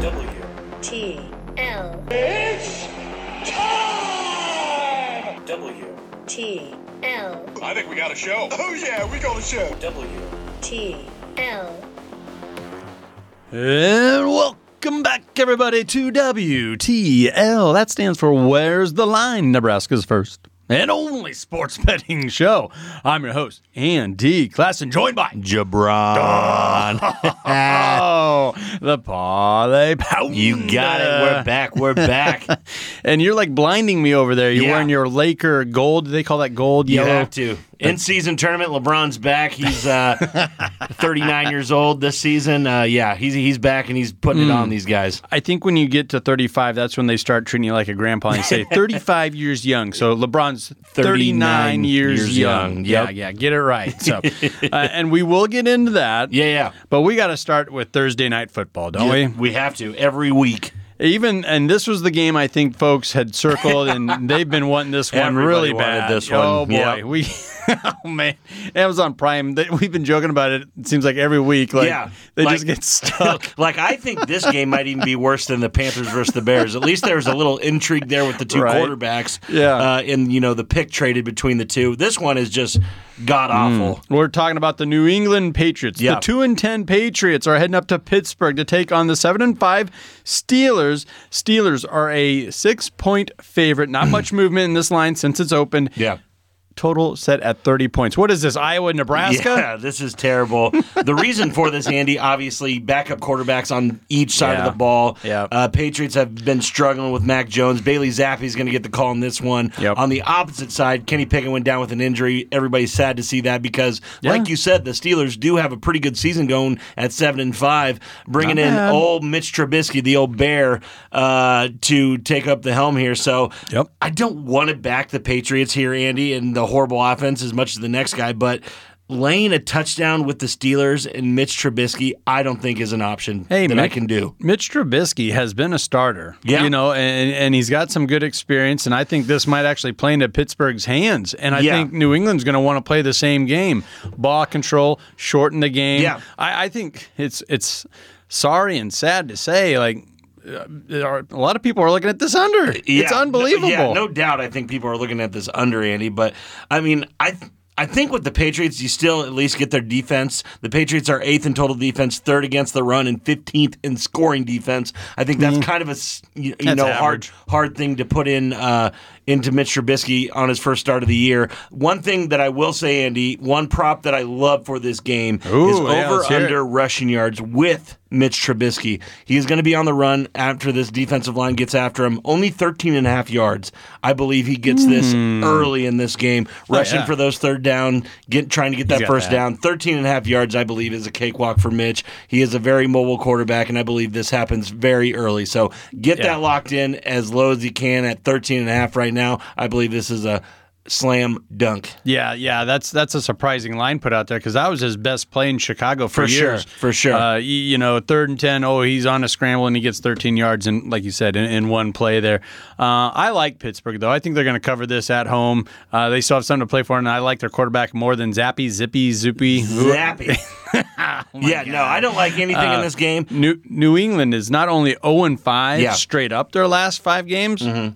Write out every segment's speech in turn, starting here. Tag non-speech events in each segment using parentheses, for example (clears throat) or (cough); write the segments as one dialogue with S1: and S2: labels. S1: W.
S2: T L
S1: It's time! W.
S2: T L
S3: I think we got a show. Oh yeah, we got a show.
S1: W.
S2: T L
S4: And welcome back, everybody, to WTL. That stands for Where's the Line, Nebraska's first and only sports (laughs) betting show. I'm your host, Andy Klassen, joined by
S5: Jabron.
S4: Oh, (laughs) the parlay pounder.
S5: you got it. Mm. We're back.
S4: (laughs)
S5: We're back.
S4: And you're like blinding me over there. You're
S5: Yeah.
S4: wearing your Laker gold. Do they call that gold?
S5: You
S4: yellow?
S5: have to. In season tournament, LeBron's back. He's uh,
S4: (laughs)
S5: 39 years old this season. Uh, yeah, he's he's back and he's putting it
S4: Mm.
S5: on these guys.
S4: I think when you get to 35, that's when they start treating you like a grandpa and
S5: (laughs)
S4: say 35 years young. So LeBron's 39
S5: 39
S4: years,
S5: years
S4: young.
S5: young.
S4: Yeah,
S5: Yep.
S4: yeah, get it right. So, (laughs) uh, and we will get into that.
S5: Yeah, yeah.
S4: But we got to start with Thursday night football, don't we?
S5: We have to every week.
S4: Even and this was the game I think folks had circled,
S5: (laughs)
S4: and they've been wanting this one
S5: Everybody
S4: really
S5: wanted
S4: bad.
S5: this
S4: Oh
S5: one.
S4: boy,
S5: Yep.
S4: we. (laughs) Oh man, Amazon Prime. They, we've been joking about it. It seems like every week, like
S5: Yeah,
S4: they
S5: like-
S4: just
S5: (laughs)
S4: get stuck.
S5: Like I think this game might even be worse than the Panthers versus the Bears. At least there was a little intrigue there with the two
S4: Right.
S5: quarterbacks.
S4: Yeah.
S5: uh, and you know the pick traded between the two. This one is just god awful.
S4: We're talking about the New England Patriots.
S5: Yeah.
S4: The two and ten Patriots are heading up to Pittsburgh to take on the seven and five Steelers. Steelers are a six point favorite. Not
S5: (clears throat)
S4: much movement in this line since it's opened.
S5: Yeah.
S4: Total set at thirty points. What is this? Iowa, Nebraska?
S5: Yeah, this is terrible. the reason for this, Andy, obviously backup quarterbacks on each side
S4: Yeah.
S5: of the ball.
S4: Yeah.
S5: Uh, Patriots have been struggling with Mac Jones. Bailey Zappi's going to get the call in this one.
S4: Yep.
S5: On the opposite side, Kenny Pickett went down with an injury. Everybody's sad to see that because, like you said, the Steelers do have a pretty good season going at seven and five, bringing in
S4: bad.
S5: old Mitch Trubisky, the old bear, uh, to take up the helm here. So
S4: Yep.
S5: I don't want to back the Patriots here, Andy, and the horrible offense as much as the next guy, but laying a touchdown with the Steelers and Mitch Trubisky, I don't think is an option
S4: Hey,
S5: that I
S4: Mitch-
S5: can do.
S4: Mitch Trubisky has been a starter,
S5: Yeah.
S4: you know, and, and he's got some good experience, and I think this might actually play into Pittsburgh's hands, and I
S5: Yeah.
S4: think New England's going to want to play the same game, ball control, shorten the game.
S5: Yeah.
S4: I, I think it's it's sorry and sad to say, like uh, there are- a lot of people are looking at this under. it's
S5: no-
S4: unbelievable.
S5: yeah, no doubt. I think people are looking at this under Andy, but I mean, I. I think with the Patriots, you still at least get their defense. The Patriots are eighth in total defense, third against the run, and fifteenth in scoring defense. I think that's kind of a s- you, you
S4: Mm. That's
S5: know
S4: average.
S5: hard hard thing to put in uh, into Mitch Trubisky on his first start of the year. One thing that I will say, Andy, one prop that I love for this game is
S4: Ooh, yeah,
S5: over
S4: let's hear it.
S5: under rushing yards with Mitch Trubisky. He is going to be on the run after this defensive line gets after him. Only 13 and a half yards. I believe he gets this early in this game, rushing
S4: Hmm. Oh, yeah.
S5: for those third down, get trying to get that
S4: got
S5: first
S4: that.
S5: down. 13 and a half yards I believe is a cakewalk for Mitch. He is a very mobile quarterback and I believe this happens very early. So get that locked in as low as you can at 13 and a half right now. I believe this is a slam dunk.
S4: Yeah, yeah, that's that's a surprising line put out there because that was his best play in Chicago for,
S5: For sure,
S4: years.
S5: for sure.
S4: Uh, y- you know, third and ten. Oh, he's on a scramble and he gets 13 yards, and like you said, in, in one play there. Uh, I like Pittsburgh though. I think they're going to cover this at home. Uh, they still have something to play for, and I like their quarterback more than Zappy, Zippy, Zoopy.
S5: Zappy.
S4: (laughs) Oh
S5: yeah, no, I don't like anything
S4: Uh,
S5: in this game.
S4: New New England is not only 0 and 5
S5: Yeah. Mm-hmm.
S4: straight up their last five games. They're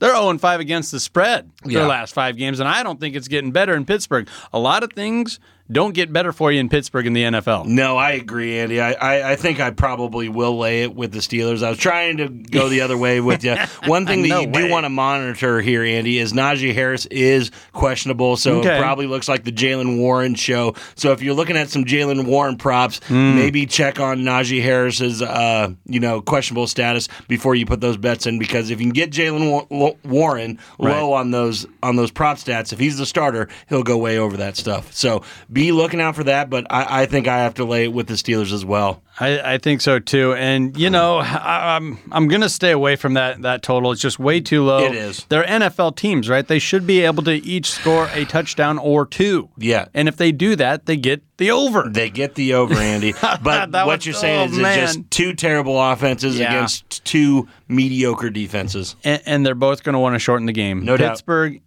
S4: 0 and 5 against the spread
S5: Yeah.
S4: their last five games, and I don't think it's getting better in Pittsburgh. A lot of things don't get better for you in Pittsburgh in the NFL.
S5: No, I agree, Andy. I, I, I think I probably will lay it with the Steelers. I was trying to go the other way with
S4: (laughs)
S5: you. One thing that
S4: No
S5: you
S4: way.
S5: do want to monitor here, Andy, is Najee Harris is questionable, so
S4: Okay.
S5: it probably looks like the Jalen Warren show. So if you're looking at some Jalen Warren props,
S4: Hmm.
S5: maybe check on Najee Harris's uh, you know questionable status before you put those bets in, because if you can get Jalen Wa- Wa- Warren low on those on those prop stats, if he's the starter, he'll go way over that stuff. So be looking out for that. But I, I think I have to lay it with the Steelers as well.
S4: I, I think so too. And you know, I, I'm I'm gonna stay away from that that total. It's just way too low.
S5: It is.
S4: They're NFL teams, right? They should be able to each score a touchdown or two.
S5: Yeah.
S4: And if they do that, they get the over.
S5: They get the over, Andy.
S4: (laughs)
S5: But
S4: That
S5: what
S4: was-
S5: you're saying
S4: oh,
S5: is it's
S4: man.
S5: just two terrible offenses
S4: Yeah.
S5: against two mediocre defenses.
S4: and, and they're both going to want to shorten the game.
S5: No doubt.
S4: Pittsburgh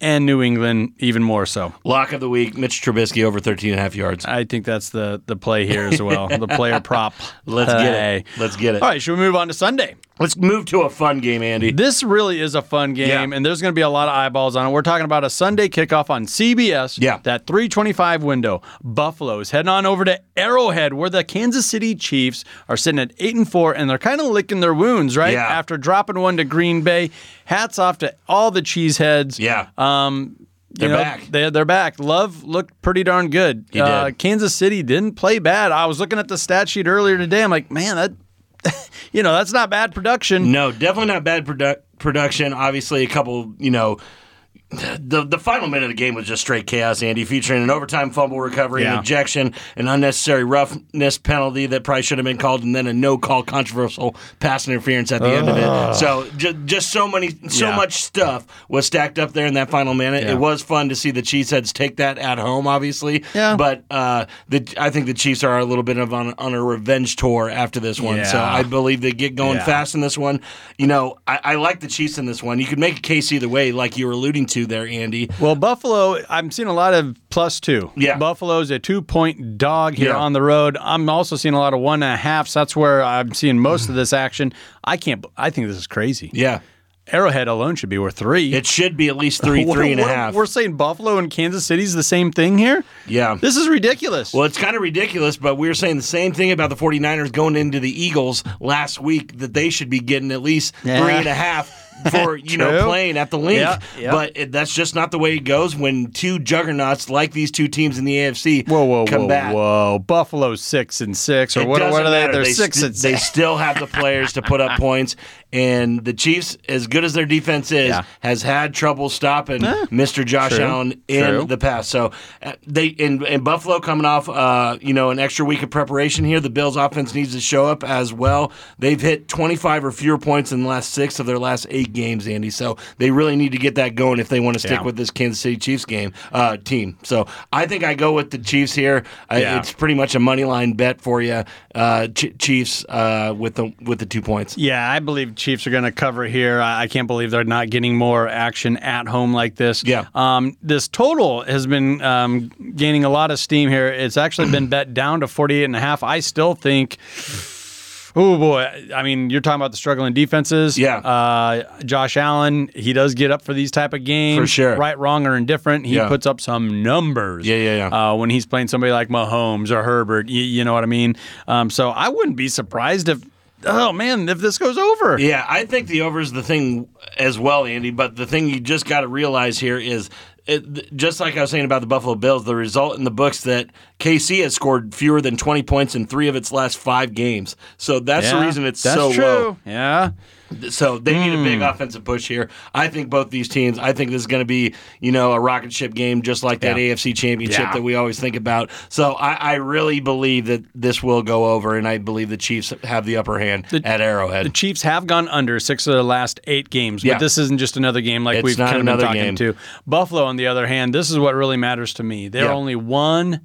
S4: and New England even more so.
S5: Lock of the week, Mitch Trubisky over 13 and a half yards.
S4: I think that's the the play here as well. the
S5: (laughs)
S4: player prop.
S5: Let's get
S4: play.
S5: it. Let's get it.
S4: All right, should we move on to Sunday?
S5: Let's move to a fun game, Andy.
S4: This really is a fun game,
S5: Yeah.
S4: and there's going to be a lot of eyeballs on it. We're talking about a Sunday kickoff on CBS.
S5: Yeah.
S4: that 3:25 window. Buffalo's heading on over to Arrowhead, where the Kansas City Chiefs are sitting at eight and four, and they're kind of licking their wounds, right?
S5: Yeah.
S4: After dropping one to Green Bay, hats off to all the cheeseheads.
S5: Yeah. Um,
S4: They're
S5: back.
S4: They, they're back. Love looked pretty darn good. Uh,
S5: He did.
S4: Kansas City didn't play bad. I was looking at the stat sheet earlier today. I'm like, man, that, (laughs) you know, that's not bad production.
S5: no, definitely not bad produ- production. Obviously, a couple, you know, the the final minute of the game was just straight chaos, Andy, featuring an overtime fumble recovery,
S4: Yeah.
S5: an ejection, an unnecessary roughness penalty that probably should have been called, and then a no call controversial pass interference at the end of it. So ju- just so many, so
S4: Ah. Yeah.
S5: much stuff was stacked up there in that final minute.
S4: Yeah.
S5: It was fun to see the Cheeseheads take that at home, obviously.
S4: Yeah.
S5: But uh, the I think the Chiefs are a little bit of on, on a revenge tour after this one. So
S4: Yeah.
S5: I believe they get going
S4: Yeah.
S5: fast in this one. You know, I, I like the Chiefs in this one. You could make a case either way, like you were alluding to there, Andy.
S4: Well, Buffalo, I'm seeing a lot of plus two.
S5: Yeah.
S4: Buffalo's a two point dog here
S5: Yeah.
S4: on the road. I'm also seeing a lot of one and a halfs. that's where I'm seeing most of this action. I can't, I think this is crazy.
S5: Yeah.
S4: Arrowhead alone should be worth three.
S5: It should be
S4: (laughs)
S5: at least three,
S4: We're-
S5: three and a
S4: we're-
S5: half.
S4: We're saying Buffalo and Kansas City's the same thing here?
S5: Yeah.
S4: This is ridiculous.
S5: Well, it's kind of ridiculous, but we were saying the same thing about the 49ers going into the Eagles last week that they should be getting at least
S4: Yeah.
S5: three and
S4: (laughs)
S5: a half for, you know,
S4: True.
S5: playing at the link.
S4: Yeah, yeah.
S5: But it, that's just not the way it goes when two juggernauts like these two teams in the AFC
S4: Whoa, whoa, whoa,
S5: combat.
S4: whoa! Buffalo's six and six, or
S5: It
S4: what,
S5: doesn't
S4: what are they?
S5: matter.
S4: They're
S5: They
S4: six
S5: st-
S4: and (laughs)
S5: They
S4: six.
S5: still have the players to
S4: (laughs)
S5: put up points, and the Chiefs, as good as their defense is,
S4: Yeah. Eh,
S5: has had trouble stopping Mr. Josh
S4: True.
S5: Allen in
S4: True.
S5: the past. So uh, they and, and Buffalo coming off, uh, you know, an extra week of preparation here. The Bills' offense needs to show up as well. They've hit 25 or fewer points in the last six of their last eight games, Andy. So they really need to get that going if they want to stick
S4: Yeah.
S5: with this Kansas City Chiefs game uh, team. So I think I go with the Chiefs here. I,
S4: Yeah.
S5: It's pretty much a money line bet for you, uh, Ch- Chiefs uh, with the with the two points.
S4: Yeah, I believe Chiefs are going to cover here. I, I can't believe they're not getting more action at home like this.
S5: Yeah.
S4: Um, this total has been um, gaining a lot of steam here. It's actually been bet down to 48 and a half. I still think. Oh boy! I mean, you're talking about the struggling defenses.
S5: Yeah.
S4: Uh, Josh Allen, he does get up for these type of games.
S5: For sure.
S4: Right, wrong, or indifferent, he
S5: Yeah.
S4: puts up some numbers.
S5: Yeah, yeah, yeah.
S4: uh, when he's playing somebody like Mahomes or Herbert. You, you know what I mean? Um, so I wouldn't be surprised if, oh man, if this goes over.
S5: Yeah, I think the over is the thing as well, Andy. But the thing you just got to realize here is. It, just like I was saying about the Buffalo Bills, the result in the books that KC has scored fewer than 20 points in three of its last five games. So that's the
S4: Yeah,
S5: reason it's
S4: that's
S5: so
S4: true.
S5: low.
S4: Yeah.
S5: So they need a big
S4: Hmm.
S5: offensive push here. I think both these teams. I think this is going to be you know a rocket ship game, just like that
S4: Yeah.
S5: AFC Championship
S4: Yeah.
S5: that we always think about. So I, I really believe that this will go over, and I believe the Chiefs have the upper hand at
S4: The
S5: Arrowhead.
S4: Chiefs have gone under six of their last eight games, but
S5: Yeah.
S4: this isn't just another game like
S5: It's
S4: we've
S5: not
S4: kind of been
S5: another
S4: talking
S5: game.
S4: to. Buffalo, on the other hand, this is what really matters to me. They're
S5: Yeah.
S4: only one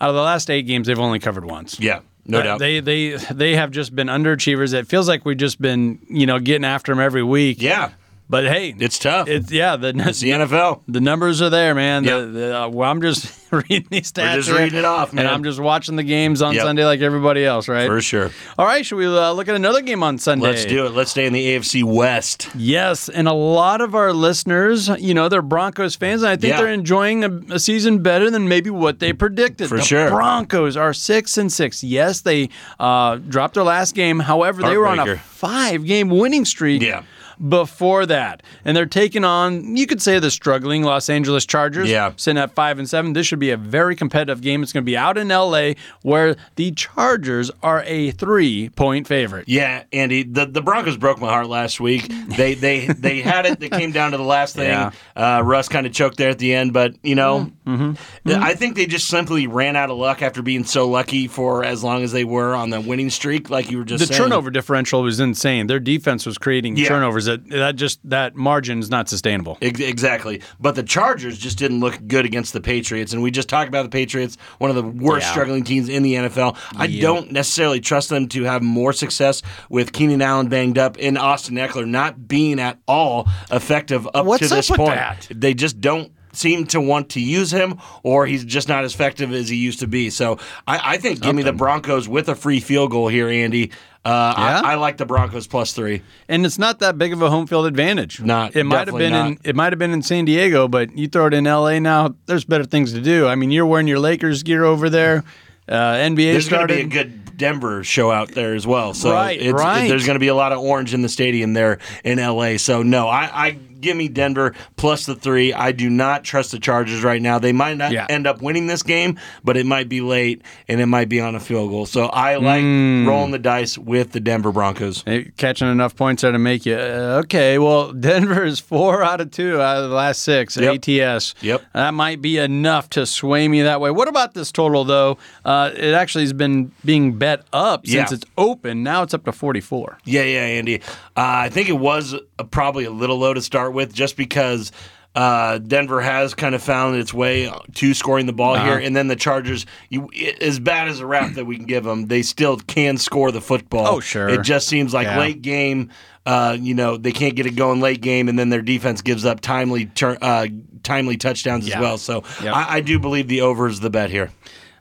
S4: out of the last eight games. They've only covered once.
S5: yeah, no
S4: Uh,
S5: doubt.
S4: They they they have just been underachievers. It feels like we've just been you know getting after them every week.
S5: yeah,
S4: But hey,
S5: it's tough. It's,
S4: it's yeah the
S5: the NFL.
S4: The numbers are there, man. The-
S5: Yeah.
S4: the- uh, well, I'm just (laughs) reading these stats.
S5: just
S4: here,
S5: reading it off, man.
S4: And I'm just watching the games on
S5: Yep.
S4: Sunday like everybody else, right?
S5: For sure.
S4: All right, should we uh, look at another game on Sunday?
S5: Let's do it. Let's stay in the AFC West.
S4: Yes, and a lot of our listeners, you know, they're Broncos fans, and I think
S5: Yeah.
S4: they're enjoying a, a season better than maybe what they predicted.
S5: For
S4: the
S5: sure.
S4: Broncos are six and six. Yes, they uh, dropped their last game. However, they were on a
S5: Heartbreaker.
S4: five-game winning streak.
S5: Yeah.
S4: Before that, and they're taking on, you could say, the struggling Los Angeles Chargers.
S5: Yeah.
S4: sitting at five and seven. This should be a very competitive game. It's going to be out in L.A., where the Chargers are a three-point favorite.
S5: (laughs) Yeah, Andy, the, the Broncos broke my heart last week. They they they had it. They came down to the last thing.
S4: Yeah. Mm-hmm.
S5: Uh, Russ kind of choked there at the end, but you know, th- I think they just simply ran out of luck after being so lucky for as long as they were on the winning streak. Like you were just
S4: The
S5: saying.
S4: turnover differential was insane. Their defense was creating
S5: Yeah.
S4: turnovers because it, that just that margin's not sustainable.
S5: Ex- Exactly. But the Chargers just didn't look good against the Patriots. And we just talked about the Patriots, one of the worst
S4: Yeah.
S5: struggling teams in the NFL. I don't necessarily trust them to have more success with Keenan Allen banged up and Austin Eckler not being at all effective up
S4: What's
S5: to this
S4: up with
S5: point.
S4: that?
S5: They just don't seem to want to use him or he's just not as effective as he used to be. So I, I think give me the Broncos with a free field goal here, Andy. Uh,
S4: Yeah?
S5: I, I like the Broncos plus three.
S4: and it's not that big of a home field advantage.
S5: Not-
S4: it might have
S5: definitely
S4: been in
S5: not.
S4: it might have been in San Diego, but you throw it in L.A. now. There's better things to do. I mean, you're wearing your Lakers gear over there. Uh, NBA
S5: There's going
S4: started.
S5: to be a good Denver show out there as well. So
S4: Right,
S5: it's,
S4: right.
S5: there's going to be a lot of orange in the stadium there in LA. So no, I, I give me Denver plus the three. I do not trust the Chargers right now. They might not
S4: Yeah.
S5: end up winning this game, but it might be late and it might be on a field goal. So I like
S4: Hmm.
S5: rolling the dice with the Denver Broncos.
S4: Hey, Catching enough points there to make you uh, okay. Well, (laughs) Denver is four out of two out of the last six
S5: Yep.
S4: ATS.
S5: Yep.
S4: that might be enough to sway me that way. What about this total though? Uh, it actually has been being bet up since
S5: Yeah.
S4: it's open. Now it's up to forty-four.
S5: Yeah, yeah, Andy. Uh, I think it was uh probably a little low to start with, just because uh, Denver has kind of found its way to scoring the ball
S4: Uh-huh.
S5: here, and then the Chargers, you, i as bad as a rap that we can give them, they still can score the football.
S4: Oh, sure.
S5: It just seems like
S4: Yeah.
S5: late game. Uh, you know they can't get it going late game, and then their defense gives up timely tur- uh, timely touchdowns
S4: Yeah.
S5: as well. So
S4: Yep.
S5: I, I do believe the over is the bet here.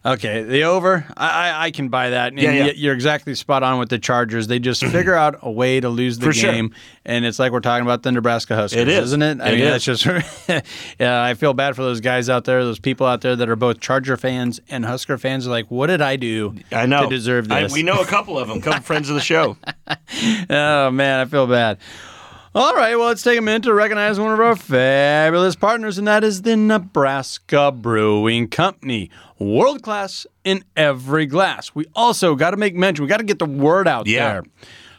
S4: Okay, the over, I, I, I can buy that. And
S5: Yeah, yeah.
S4: y- You're exactly spot on with the Chargers. They
S5: (clears throat)
S4: just figure out a way to lose the
S5: For sure.
S4: game, and it's like we're talking about the Nebraska Huskers,
S5: It is.
S4: isn't it? I
S5: It
S4: mean, that's
S5: is.
S4: just. (laughs) yeah, I feel bad for those guys out there, those people out there that are both Charger fans and Husker fans. Like, what did I do?
S5: I know
S4: to deserve
S5: I-
S4: this.
S5: we know a couple of them, couple friends of
S4: (laughs)
S5: the show.
S4: Oh man, I feel bad. All right, well, let's take a minute to recognize one of our fabulous partners, and that is the Nebraska Brewing Company. World class in every glass. We also got to make mention, we got to get the word out
S5: Yeah.
S4: there.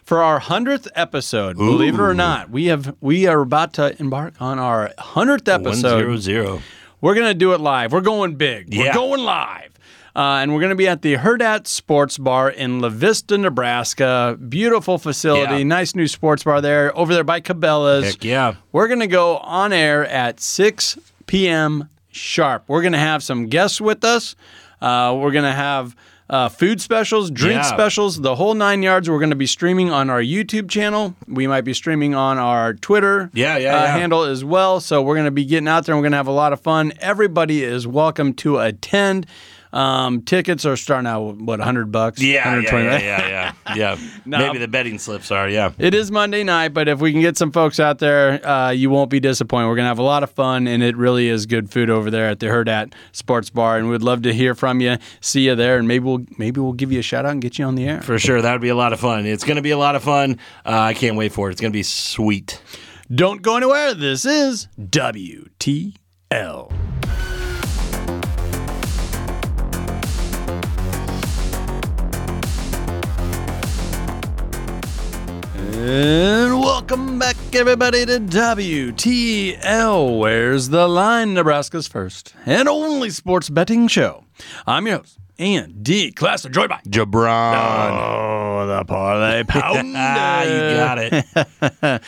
S4: For our 100th episode, believe it or not, we have we are about to embark on our 100th
S5: One
S4: episode.
S5: zero zero.
S4: We're going to do it live. We're going big. We're
S5: Yeah.
S4: going live. Uh, and we're going to be at the Herdat Sports Bar in La Vista, Nebraska. Beautiful facility.
S5: Yeah.
S4: Nice new sports bar there over there by Cabela's.
S5: Heck yeah.
S4: We're going to go on air at 6 p.m. sharp. We're going to have some guests with us. Uh, we're going to have uh, food specials, drink
S5: Yeah.
S4: specials, the whole nine yards. We're going to be streaming on our YouTube channel. We might be streaming on our Twitter
S5: Yeah, yeah,
S4: uh,
S5: yeah.
S4: handle as well. So we're going to be getting out there and we're going to have a lot of fun. Everybody is welcome to attend. Um, tickets are starting out what 100 bucks.
S5: Yeah,
S4: 120.
S5: yeah, yeah, yeah,
S4: (laughs)
S5: yeah. yeah. Maybe the betting slips are. Yeah,
S4: It is Monday night, but if we can get some folks out there, uh, you won't be disappointed. We're going to have a lot of fun, and it really is good food over there at the Herdat Sports Bar. And we'd love to hear from you, see you there, and maybe we'll maybe we'll give you a shout out and get you on the air.
S5: for sure. That would be a lot of fun. It's going to be a lot of fun. Uh, I can't wait for it. It's going to be sweet.
S4: Don't go anywhere. This is WTL. And welcome back, everybody, to WTL, Where's the Line, Nebraska's first and only sports betting show. I'm your host, Ian D. Class, joined by
S5: Jabron.
S4: Oh, the
S5: (laughs)
S4: Parlay Pounder.
S5: Ah, you got it.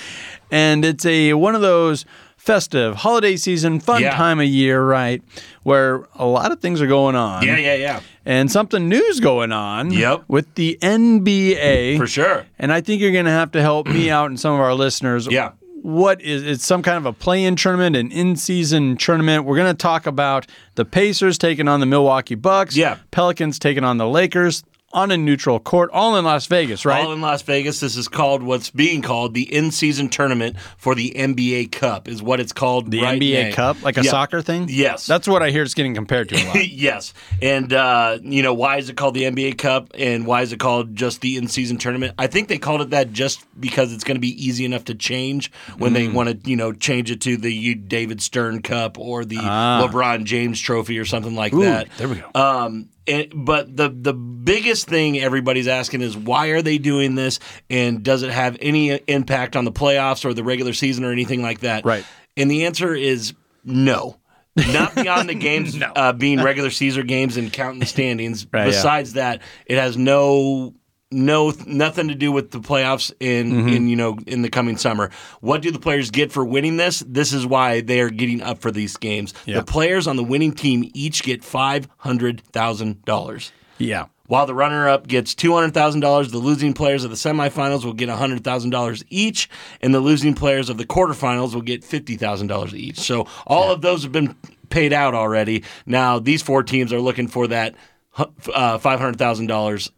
S4: and it's a one of those festive holiday season fun
S5: Yeah.
S4: time of year right where a lot of things are going on
S5: Yeah, yeah, yeah.
S4: and something new's going on
S5: Yep.
S4: with the nba
S5: For sure.
S4: and i think you're gonna have to help
S5: (clears throat)
S4: me out and some of our listeners
S5: Yeah.
S4: what is it's some kind of a play-in tournament an in-season tournament we're going to talk about the pacers taking on the milwaukee bucks
S5: Yeah.
S4: pelicans taking on the lakers on a neutral court all in las vegas right
S5: All in Las Vegas. This is called what's being called the in-season tournament for the NBA Cup. Is what it's called.
S4: the
S5: right
S4: NBA
S5: now.
S4: Cup, like a
S5: Yeah.
S4: soccer thing.
S5: Yes.
S4: that's what I hear it's getting compared to a lot.
S5: (laughs) yes. And, uh, you know, why is it called the NBA Cup and why is it called just the in season tournament? I think they called it that just because it's going to be easy enough to change when
S4: Hmm.
S5: they want to, you know, change it to the U- David Stern Cup or the LeBron James Trophy or something like that.
S4: Ah. there we go.
S5: Um, and, but the the biggest thing everybody's asking is why are they doing this and does it have any impact on the playoffs or the regular season or anything like that?
S4: Right.
S5: And the answer is no. Not beyond the games uh, being regular season games and counting the standings.
S4: Right, yeah.
S5: Besides that, it has no no nothing to do with the playoffs in in you know in the coming summer. What do the players get for winning this? This is why they are getting up for these games.
S4: Yeah.
S5: The players on the winning team each get five hundred thousand dollars.
S4: Yeah.
S5: While the runner up gets $200,000, the losing players of the semifinals will get $100,000 each, and the losing players of the quarterfinals will get $50,000 each. So all of those have been paid out already. Now, these four teams are looking for that hu- uh, $500,000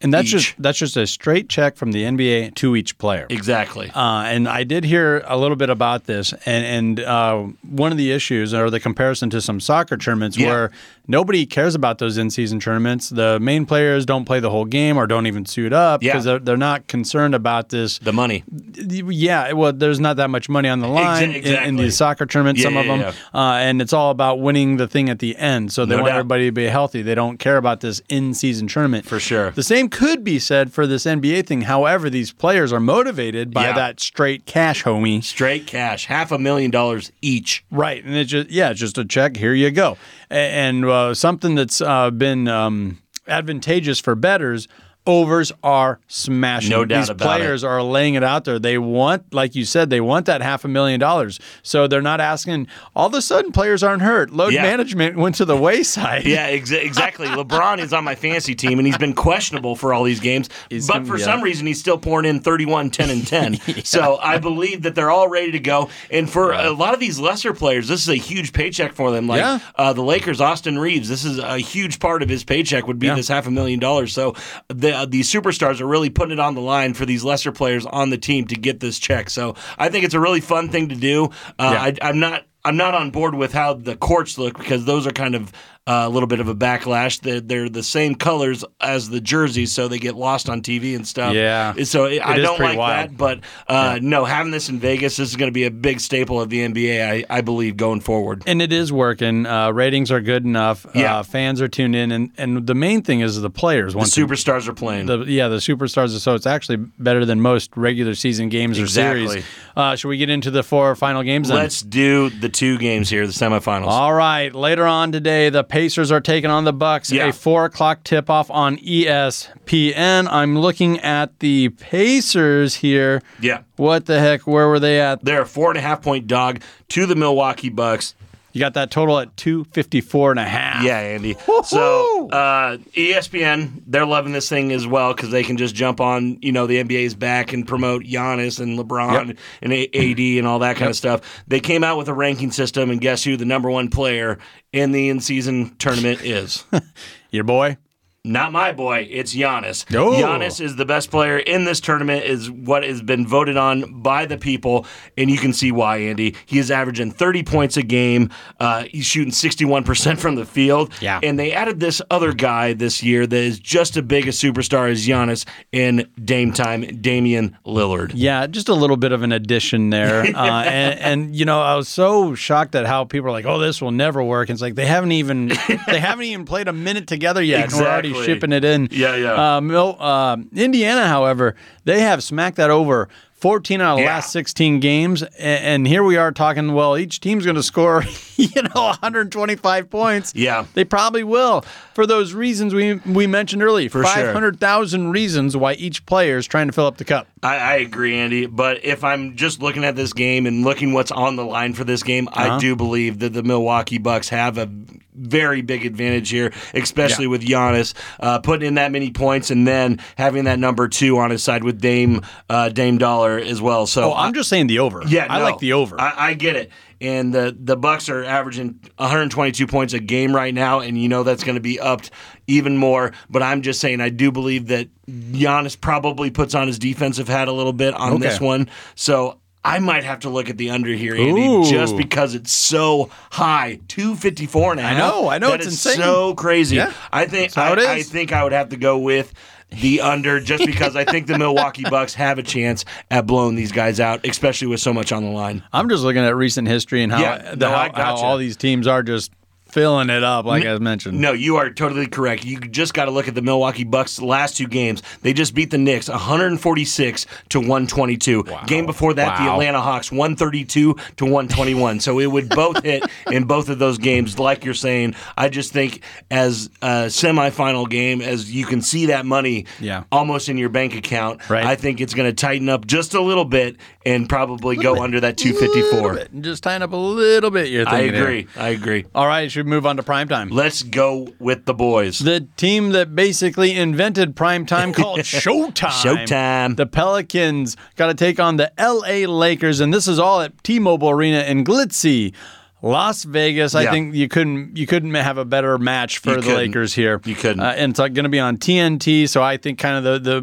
S4: And that's
S5: Each.
S4: just that's just a straight check from the NBA to each player.
S5: exactly.
S4: Uh, and I did hear a little bit about this, and and uh, one of the issues or the comparison to some soccer tournaments
S5: Yeah.
S4: where nobody cares about those in season tournaments. The main players don't play the whole game or don't even suit up
S5: Yeah.
S4: because they're, they're not concerned about this.
S5: the money.
S4: Yeah, well, there's not that much money on the line in- in,
S5: exactly.
S4: the soccer tournament.
S5: Yeah,
S4: some of
S5: yeah,
S4: them, Uh, and it's all about winning the thing at the end. So they
S5: No
S4: want
S5: doubt.
S4: everybody to be healthy. They don't care about this in-season tournament
S5: For sure.
S4: The same could be said for this NBA thing. However, these players are motivated by
S5: Yeah.
S4: that straight cash, homie.
S5: Straight cash, half a million dollars each.
S4: Right, and it's just yeah, it's just a check. Here you go, A- and uh, something that's uh, been um, advantageous for betters. Overs are smashing.
S5: No doubt
S4: These
S5: about it.
S4: players are laying it out there. They want, like you said, they want that half a million dollars. So they're not asking. All of a sudden, players aren't hurt. Load
S5: Yeah.
S4: management went
S5: (laughs)
S4: to the wayside.
S5: Yeah, exa- exactly. LeBron is on my fantasy team, and he's been questionable for all these games.
S4: He's
S5: but
S4: gonna-
S5: for
S4: yeah.
S5: some reason, he's still pouring in 31, 10, and 10.
S4: (laughs)
S5: So I believe that they're all ready to go. And for a lot of these lesser players, this is a huge paycheck for them. Like
S4: Yeah.
S5: uh, the Lakers, Austin Reeves, this is a huge part of his paycheck would be
S4: Yeah.
S5: this half a million dollars. So the, uh, these superstars are really putting it on the line for these lesser players on the team to get this check. So I think it's a really fun thing to do. Uh,
S4: Yeah.
S5: I, I'm not I'm not on board with how the courts look because those are kind of uh, a little bit of a backlash. They're, they're the same colors as the jerseys, so they get lost on TV and stuff.
S4: Yeah.
S5: So I- I
S4: is
S5: don't
S4: pretty
S5: like
S4: wild.
S5: that. But uh, no, having this in Vegas, this is going to be a big staple of the NBA, I, I believe, going forward.
S4: and it is working. Uh, ratings are good enough.
S5: Yeah.
S4: Uh, fans are tuned in, and, and the main thing is the players.
S5: The
S4: Once the-
S5: superstars are playing.
S4: the yeah the superstars so it's actually better than most regular season games or
S5: Exactly.
S4: series uh, should we get into the four final games then?
S5: Let's do the two games here, the semifinals.
S4: all right later on today the pacers are taking on the bucks
S5: Yeah.
S4: a four o'clock tip off on E espn i'm looking at the pacers here
S5: Yeah.
S4: what the heck where were they at
S5: They're a four and a half point dog to the Milwaukee Bucks.
S4: you got that total at 254 and a half
S5: Yeah, Andy.
S4: Woo-hoo!
S5: So uh, ESPN, they're loving this thing as well because they can just jump on, you know, the NBA's back and promote Giannis and LeBron and A- AD and all that kind of stuff. They came out with a ranking system, and guess who the number one player in the in-season tournament is?
S4: your boy
S5: Not my boy. It's Giannis.
S4: Oh.
S5: Giannis is the best player in this tournament. Is what has been voted on by the people, and you can see why. Andy, he is averaging 30 points a game. Uh, he's shooting 61 percent from the field.
S4: Yeah.
S5: And they added this other guy this year that is just as big a superstar as Giannis in Dame time, Damian Lillard.
S4: Yeah, just a little bit of an addition
S5: (laughs)
S4: there. Uh, and, and you know, I was so shocked at how people are like, "Oh, this will never work." And it's like they haven't
S5: (laughs)
S4: even they haven't even played a minute together yet. and We're already
S5: Exactly.
S4: shipping it in.
S5: Yeah, yeah.
S4: Uh, Mil- uh, Indiana, however, they have smacked that over. 14 out of the
S5: Yeah.
S4: last 16 games, and, and here we are talking. Well, each team's going to score, (laughs) you know, 125 points.
S5: Yeah.
S4: they probably will for those reasons we we mentioned earlier.
S5: For sure.
S4: 500,000 reasons why each player is trying to fill up the cup.
S5: I, I agree, Andy. But if I'm just looking at this game and looking what's on the line for this game, I do believe that the Milwaukee Bucks have a very big advantage here, especially with Giannis uh, putting in that many points and then having that number two on his side with Dame uh, Dame Dollar as well. So
S4: Oh, I'm just saying the over.
S5: yeah,
S4: I
S5: no.
S4: like the over.
S5: I, I get it. And the the Bucks are averaging 122 points a game right now, and you know that's going to be upped even more. But I'm just saying, I do believe that Giannis probably puts on his defensive hat a little bit on
S4: Okay.
S5: this one. So. I might have to look at the under here, Andy,
S4: Ooh.
S5: just because it's so high. 254 and a half.
S4: know, I know,
S5: That
S4: it's
S5: is
S4: insane.
S5: so crazy.
S4: Yeah.
S5: I think
S4: how
S5: I,
S4: it
S5: I
S4: is.
S5: think I would have to go with the under just because I think the Milwaukee Bucks have a chance at blowing these guys out, especially with so much on the line.
S4: I'm just looking at recent history and how
S5: Yeah,
S4: the-
S5: no, I
S4: how, how
S5: gotcha.
S4: all these teams are just filling it up, like I mentioned.
S5: No, you are totally correct. You just got to look at the Milwaukee Bucks' last two games. They just beat the Knicks 146 to 122. Game before that, the
S4: Wow.
S5: Atlanta Hawks 132 to 121. so it would both hit in both of those games, like you're saying. I just think as a semifinal game, as you can see that money
S4: Yeah.
S5: almost in your bank account,
S4: Right.
S5: I think it's going to tighten up just a little bit and probably go under that 254.
S4: Little bit. Just tying up a little bit. You're
S5: I
S4: thinking there.
S5: agree. I agree.
S4: All right, should we move on to primetime?
S5: Let's go with the boys.
S4: The team that basically invented primetime
S5: (laughs)
S4: called Showtime.
S5: Showtime.
S4: The Pelicans got to take on the LA Lakers, and this is all at T-Mobile Arena in Glitzy, Las Vegas. I
S5: Yeah.
S4: think you couldn't you couldn't have a better match for
S5: You
S4: the
S5: couldn't.
S4: Lakers here.
S5: You couldn't.
S4: Uh, and it's going to be on TNT. So I think kind of the the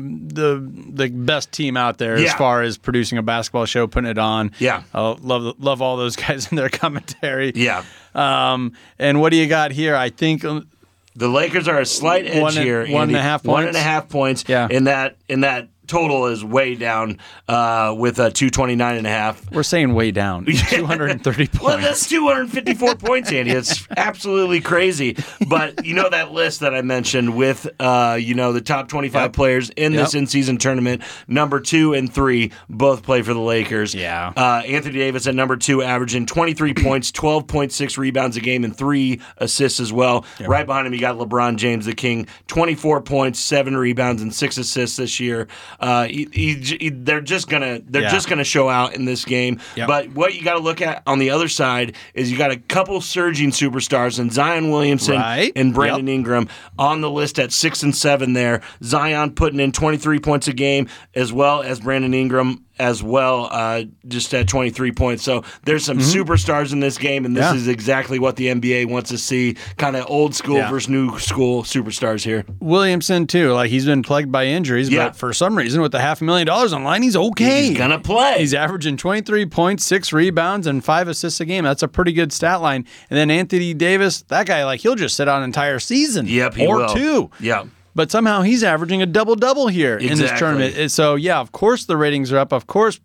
S4: the, the best team out there as
S5: Yeah.
S4: far as producing a basketball show, putting it on.
S5: Yeah.
S4: I love love all those (laughs) guys and their commentary.
S5: Yeah.
S4: Um, and what do you got here? I think um,
S5: The Lakers are a slight edge
S4: One and-
S5: here.
S4: one and a
S5: Andy.
S4: half
S5: One and
S4: points?
S5: a half points.
S4: Yeah.
S5: And that and that total is way down uh, with a two twenty nine and a half.
S4: we're saying way
S5: (laughs)
S4: down. 230 points.
S5: Well, that's
S4: (laughs)
S5: 254 points, Andy. It's absolutely crazy. But you know that list that I mentioned with, uh, you know, the top 25
S4: Yep.
S5: players in this
S4: Yep.
S5: in-season tournament. Number two and three both play for the Lakers.
S4: Yeah.
S5: Uh, Anthony Davis at number two,
S4: (clears throat)
S5: averaging 23 points, 12.6 rebounds a game, and three assists as well. Right behind him, you got LeBron James, the King, 24 points, seven rebounds, and six assists this year. Uh, he- he- he- they're just gonna they're
S4: Yeah.
S5: just gonna show out in this game.
S4: Yep.
S5: But what you got to look at on the other side is you got a couple surging superstars in Zion Williamson
S4: Right.
S5: and Brandon
S4: Yep.
S5: Ingram on the list at six and seven. There, Zion putting in 23 points a game, as well as Brandon Ingram as well, uh, just at 23 points. So there's some superstars in this game, and this
S4: Mm-hmm. Yeah.
S5: is exactly what the NBA wants to see: kind of old school
S4: Yeah.
S5: versus new school superstars here.
S4: Williamson too. Like he's been plagued by injuries,
S5: Yeah.
S4: but for some reason, with the half a million dollars on line, he's okay.
S5: He's gonna play.
S4: He's averaging 23 points, six rebounds, and five assists a game. That's a pretty good stat line. And then Anthony Davis, that guy, like he'll just sit out an entire season.
S5: Yep, he
S4: or
S5: will.
S4: two.
S5: Yep.
S4: But somehow he's averaging a double double here in this
S5: Exactly.
S4: tournament. And So yeah, of course the ratings are up. Of course,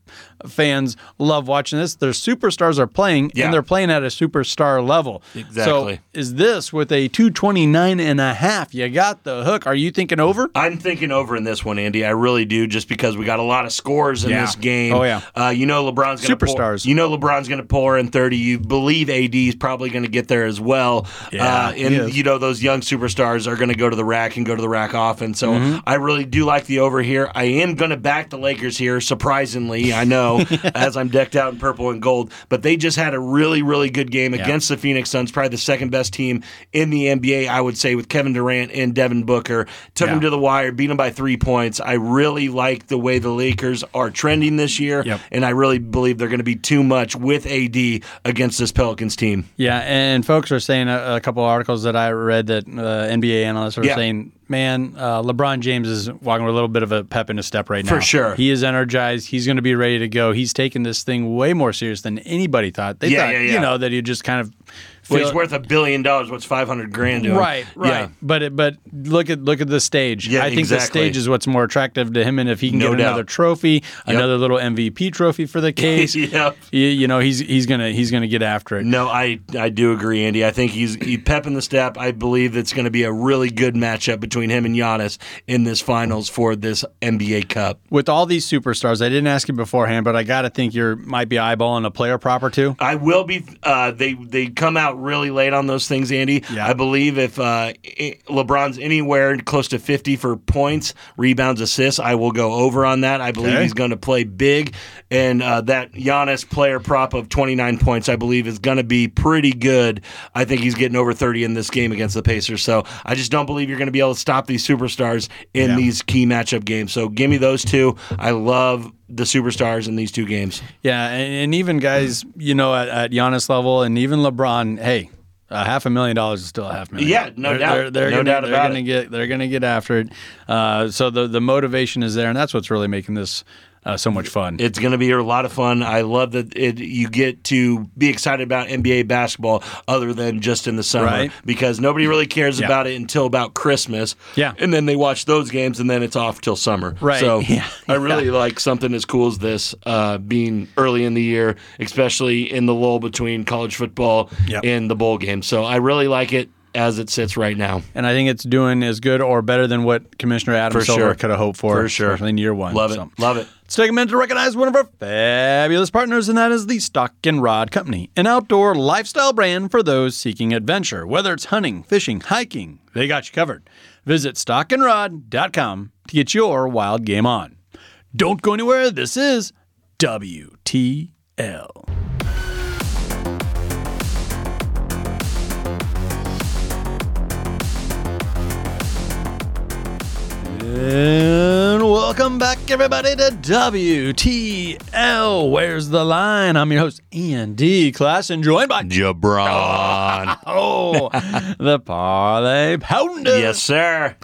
S4: fans love watching this. Their superstars are playing,
S5: Yeah.
S4: and they're playing at a superstar level.
S5: Exactly.
S4: So is this with a 229 and a half? You got the hook. Are you thinking over?
S5: I'm thinking over in this one, Andy. I really do, just because we got a lot of scores in
S4: Yeah.
S5: this game.
S4: Oh, yeah.
S5: uh, you know LeBron's gonna
S4: Superstars.
S5: Pour, you know LeBron's going to pour in 30. You believe AD is probably going to get there as well.
S4: Yeah,
S5: uh,
S4: he
S5: and
S4: is.
S5: you know those young superstars are going to go to the rack and go to the rack often. So
S4: Mm-hmm.
S5: I really do like the over here. I am going to back the Lakers here. Surprisingly,
S4: (laughs)
S5: I know as I'm decked out in purple and gold, but they just had a really really good game against the Phoenix Suns, probably the second best team in the NBA, I would say, with Kevin Durant and Devin Booker. Took
S4: Yeah.
S5: them to the wire, beat them by three points. I really like the way the Lakers are trending this year,
S4: Yep.
S5: and I really believe they're going to be too much with AD against this Pelicans team.
S4: Yeah, and folks are saying a, a couple of articles that I read that uh, NBA analysts are
S5: Yeah.
S4: saying, man, uh, LeBron James is walking with a little bit of a pep in his step right now.
S5: For sure.
S4: he is energized. He's going to be ready to go. He's taking this thing way more serious than anybody thought. They
S5: Yeah,
S4: thought,
S5: yeah, yeah.
S4: you know, that he just kind of.
S5: Well,
S4: feel-
S5: he's worth a billion dollars. What's five hundred grand? To him?
S4: Right, right.
S5: (laughs) Yeah.
S4: But it, but look at look at the stage.
S5: Yeah,
S4: I think
S5: exactly.
S4: the stage is what's more attractive to him, and if he can
S5: No
S4: get
S5: doubt.
S4: another trophy, another little MVP trophy for
S5: (laughs)
S4: the case,
S5: Yep.
S4: you, you know he's he's gonna he's gonna get after it.
S5: No, I I do agree, Andy. I think he's he pepping the step. I believe it's going to be a really good matchup between him and Giannis in this finals for this NBA Cup.
S4: With all these superstars, I didn't ask you beforehand, but I got to think you might be eyeballing a player prop or
S5: (laughs)
S4: two.
S5: I will be. Uh, they they come out really late on those things, Andy.
S4: Yeah.
S5: I believe if uh, i- LeBron's anywhere close to fifty for points, rebounds, assists, I will go over on that. I believe
S4: Okay.
S5: he's going to play big, and uh, that Giannis player prop of twenty nine points, I believe, is going to be pretty good. I think he's getting over thirty in this game against the Pacers. So I just don't believe you're going to be able to stop these superstars in
S4: Yeah.
S5: these key matchup games. So give me those two. I love the superstars in these two games.
S4: Yeah, and, and even guys, you know, at, at Giannis level, and even LeBron. Hey, a half a million dollars is still a half million.
S5: Yeah, no
S4: They're-
S5: doubt.
S4: They're, they're
S5: No
S4: gonna,
S5: doubt
S4: they're
S5: about
S4: gonna
S5: it.
S4: Get, they're going to get after it. Uh, so the the motivation is there, and that's what's really making this uh, so much fun.
S5: It's going to be a lot of fun. I love that it, you get to be excited about NBA basketball other than just in the summer
S4: Right.
S5: because nobody really cares
S4: Yeah.
S5: about it until about Christmas.
S4: Yeah.
S5: And then they watch those games and then it's off till summer.
S4: Right. (laughs)
S5: So
S4: Yeah.
S5: I really like something as cool as this uh, being early in the year, especially in the lull between college football
S4: Yep.
S5: and the bowl game. So I really like it as it sits right now.
S4: and I think it's doing as good or better than what Commissioner Adam
S5: For
S4: Silver
S5: sure.
S4: could have hoped for,
S5: For sure.
S4: especially in year one.
S5: Love it.
S4: So.
S5: Love it.
S4: Let's take a minute to recognize one of our fabulous partners, and that is the Stock and Rod Company, an outdoor lifestyle brand for those seeking adventure. Whether it's hunting, fishing, hiking, they got you covered. Visit stockandrod.com to get your wild game on. Don't go anywhere. This is WTL. And welcome back, everybody, to WTL. Where's the line? I'm your host, Andy Class, and joined by
S5: Jabron.
S4: (laughs) oh, the Parlay Pounder.
S5: yes, sir.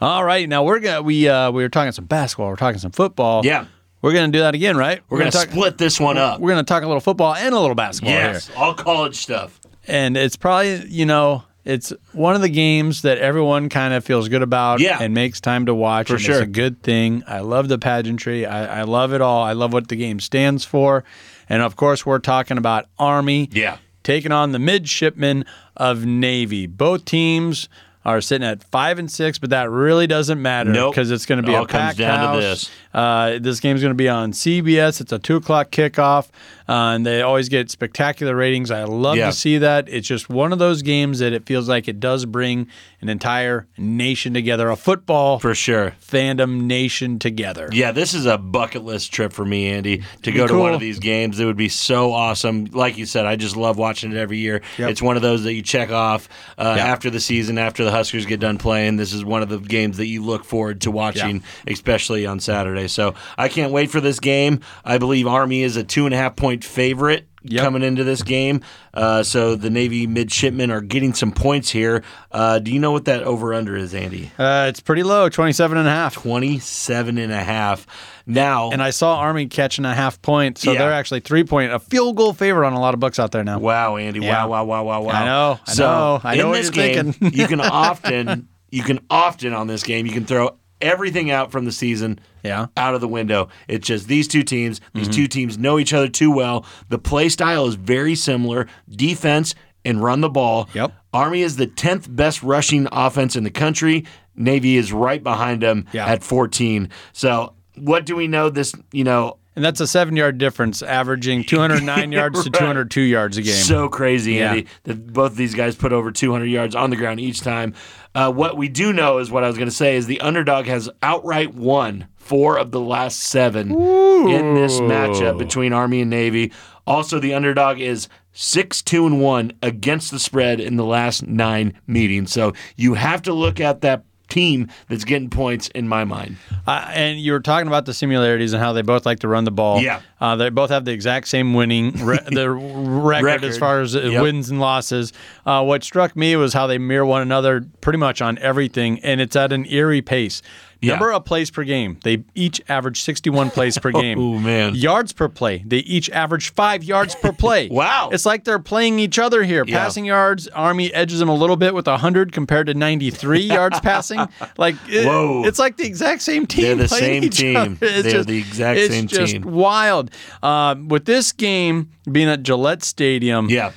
S4: All right, now we're gonna we uh, we were talking some basketball, we're talking some football.
S5: Yeah.
S4: we're gonna do that again, right?
S5: We're going to
S4: talk.
S5: split this one up.
S4: we're gonna talk a little football and a little basketball
S5: Yes,
S4: here,
S5: all college stuff.
S4: and it's probably you know. It's one of the games that everyone kind of feels good about
S5: Yeah.
S4: and makes time to watch. For
S5: sure.
S4: It's a good thing. I love the pageantry. I, I love it all. I love what the game stands for. And of course, we're talking about Army
S5: Yeah.
S4: taking on the midshipmen of Navy. Both teams are sitting at five and six, but that really doesn't matter
S5: Nope.
S4: because it's going to be
S5: It
S4: a
S5: all comes
S4: packed
S5: down to
S4: house.
S5: this.
S4: Uh, this game's going to be on CBS. It's a two o'clock kickoff, uh, and they always get spectacular ratings. I love
S5: Yeah.
S4: to see that. It's just one of those games that it feels like it does bring an entire nation together, a football
S5: For sure.
S4: fandom nation together.
S5: Yeah, this is a bucket list trip for me, Andy, to go to
S4: cool.
S5: one of these games. It would be so awesome. Like you said, I just love watching it every year.
S4: Yep.
S5: It's one of those that you check off uh,
S4: Yeah.
S5: after the season, after the Huskers get done playing. This is one of the games that you look forward to watching, especially on Saturday. So I can't wait for this game. I believe Army is a two and a half point favorite.
S4: Yep.
S5: Coming into this game, uh, so the Navy midshipmen are getting some points here. Uh, do you know what that over under is, Andy?
S4: Uh, it's pretty low, 27 and a half.
S5: 27 and a half. Now,
S4: And I saw Army catching a half point, so
S5: Yeah.
S4: they're actually three point, a field goal favorite on a lot of books out there now.
S5: Wow, Andy.
S4: Yeah.
S5: Wow, wow, wow, wow, wow.
S4: I know, I know, I know
S5: in
S4: what
S5: this
S4: you're
S5: game,
S4: thinking. (laughs)
S5: you can often, you can often on this game, you can throw everything out from the season
S4: Yeah. Mm-hmm.
S5: out of the window. It's just these two teams. These two teams know each other too well. The play style is very similar. Defense and run the ball.
S4: Yep.
S5: Army is the 10th best rushing offense in the country. Navy is right behind them
S4: Yeah.
S5: at 14. So, what do we know this, you know,
S4: And that's a seven yard difference,
S5: (laughs)
S4: averaging 209 yards to
S5: Right.
S4: 202 yards a game.
S5: So crazy,
S4: Yeah.
S5: Andy, that both of these guys put over 200 yards on the ground each time. Uh, what we do know is what I was going to say is the underdog has outright won four of the last seven in this matchup between Army and Navy. Also, the underdog is six, two, and one against the spread in the last nine meetings. So you have to look at that team that's getting points in my mind.
S4: Uh, and you were talking about the similarities and how they both like to run the ball.
S5: Yeah.
S4: Uh, they both have the exact same winning
S5: (laughs)
S4: re- the record, as
S5: Record.
S4: far as uh,
S5: Yep.
S4: wins and losses. Uh, what struck me was how they mirror one another pretty much on everything, and it's at an eerie pace.
S5: Yeah.
S4: Number of plays per game, they each average 61 plays
S5: (laughs)
S4: per game.
S5: Oh, man.
S4: Yards per play, they each average five yards per play.
S5: (laughs) Wow.
S4: It's like they're playing each other here.
S5: Yeah.
S4: Passing yards, Army edges them a little bit with 100 compared to 93 yards
S5: (laughs)
S4: passing. Like, it-
S5: Whoa.
S4: it's like the exact same team
S5: They're the
S4: playing
S5: same
S4: each
S5: team.
S4: other. It's
S5: They're
S4: just-
S5: the exact
S4: it's
S5: same
S4: just
S5: team.
S4: Wild. Uh, with this game being at Gillette Stadium,
S5: Yeah.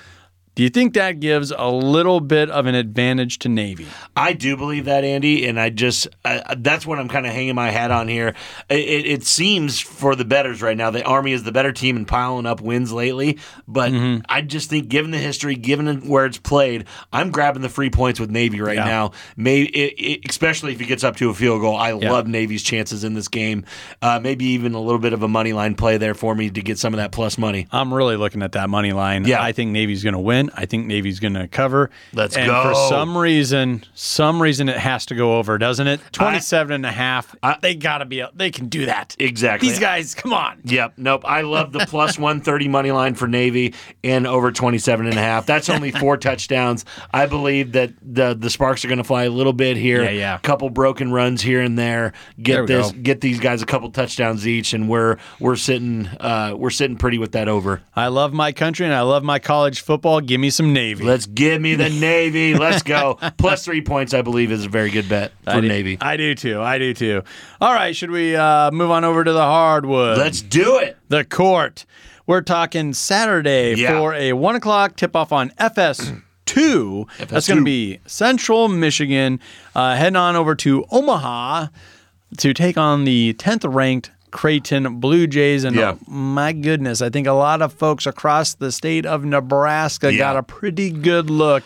S4: do you think that gives a little bit of an advantage to Navy?
S5: I do believe that, Andy, and I just uh, that's what I'm kind of hanging my hat on here. It, it, it seems for the betters right now, the Army is the better team and piling up wins lately. But I just think, given the history, given where it's played, I'm grabbing the free points with Navy right
S4: Yeah.
S5: now. Maybe, it, it, especially if it gets up to a field goal, I love Navy's chances in this game. Uh, maybe even a little bit of a money line play there for me to get some of that plus money.
S4: I'm really looking at that money line.
S5: Yeah.
S4: I think Navy's going to win. win. I think Navy's going to cover.
S5: Let's
S4: and
S5: go.
S4: For some reason, some reason it has to go over, doesn't it? 27 and a half.
S5: I-
S4: they got to be able- they can do that.
S5: Exactly.
S4: These guys, come on.
S5: Yep. Nope. I love the
S4: (laughs)
S5: plus 130 money line for Navy and over 27 and a half. That's
S4: (laughs)
S5: only four touchdowns. I believe that the the Sparks are going to fly a little bit here.
S4: Yeah, yeah.
S5: Couple broken runs here and there. Get
S4: There we
S5: this
S4: go.
S5: get these guys a couple touchdowns each and we're we're sitting uh, we're sitting pretty with that over.
S4: I love my country and I love my college football. Give me some Navy.
S5: Let's give me
S4: (laughs)
S5: the Navy. Let's go. Plus 3 points I believe is a very good bet for
S4: I do-
S5: Navy.
S4: I do too. I do too. All right, should we uh, move on over to the hardwood?
S5: Let's do it.
S4: the court. We're talking Saturday
S5: Yeah.
S4: for a one o'clock tip off on FS. Two.
S5: (clears throat)
S4: That's going to be Central Michigan uh, heading on over to Omaha to take on the tenth ranked Creighton Blue Jays. And
S5: Yeah.
S4: oh, my goodness, I think a lot of folks across the state of Nebraska
S5: Yeah.
S4: got a pretty good look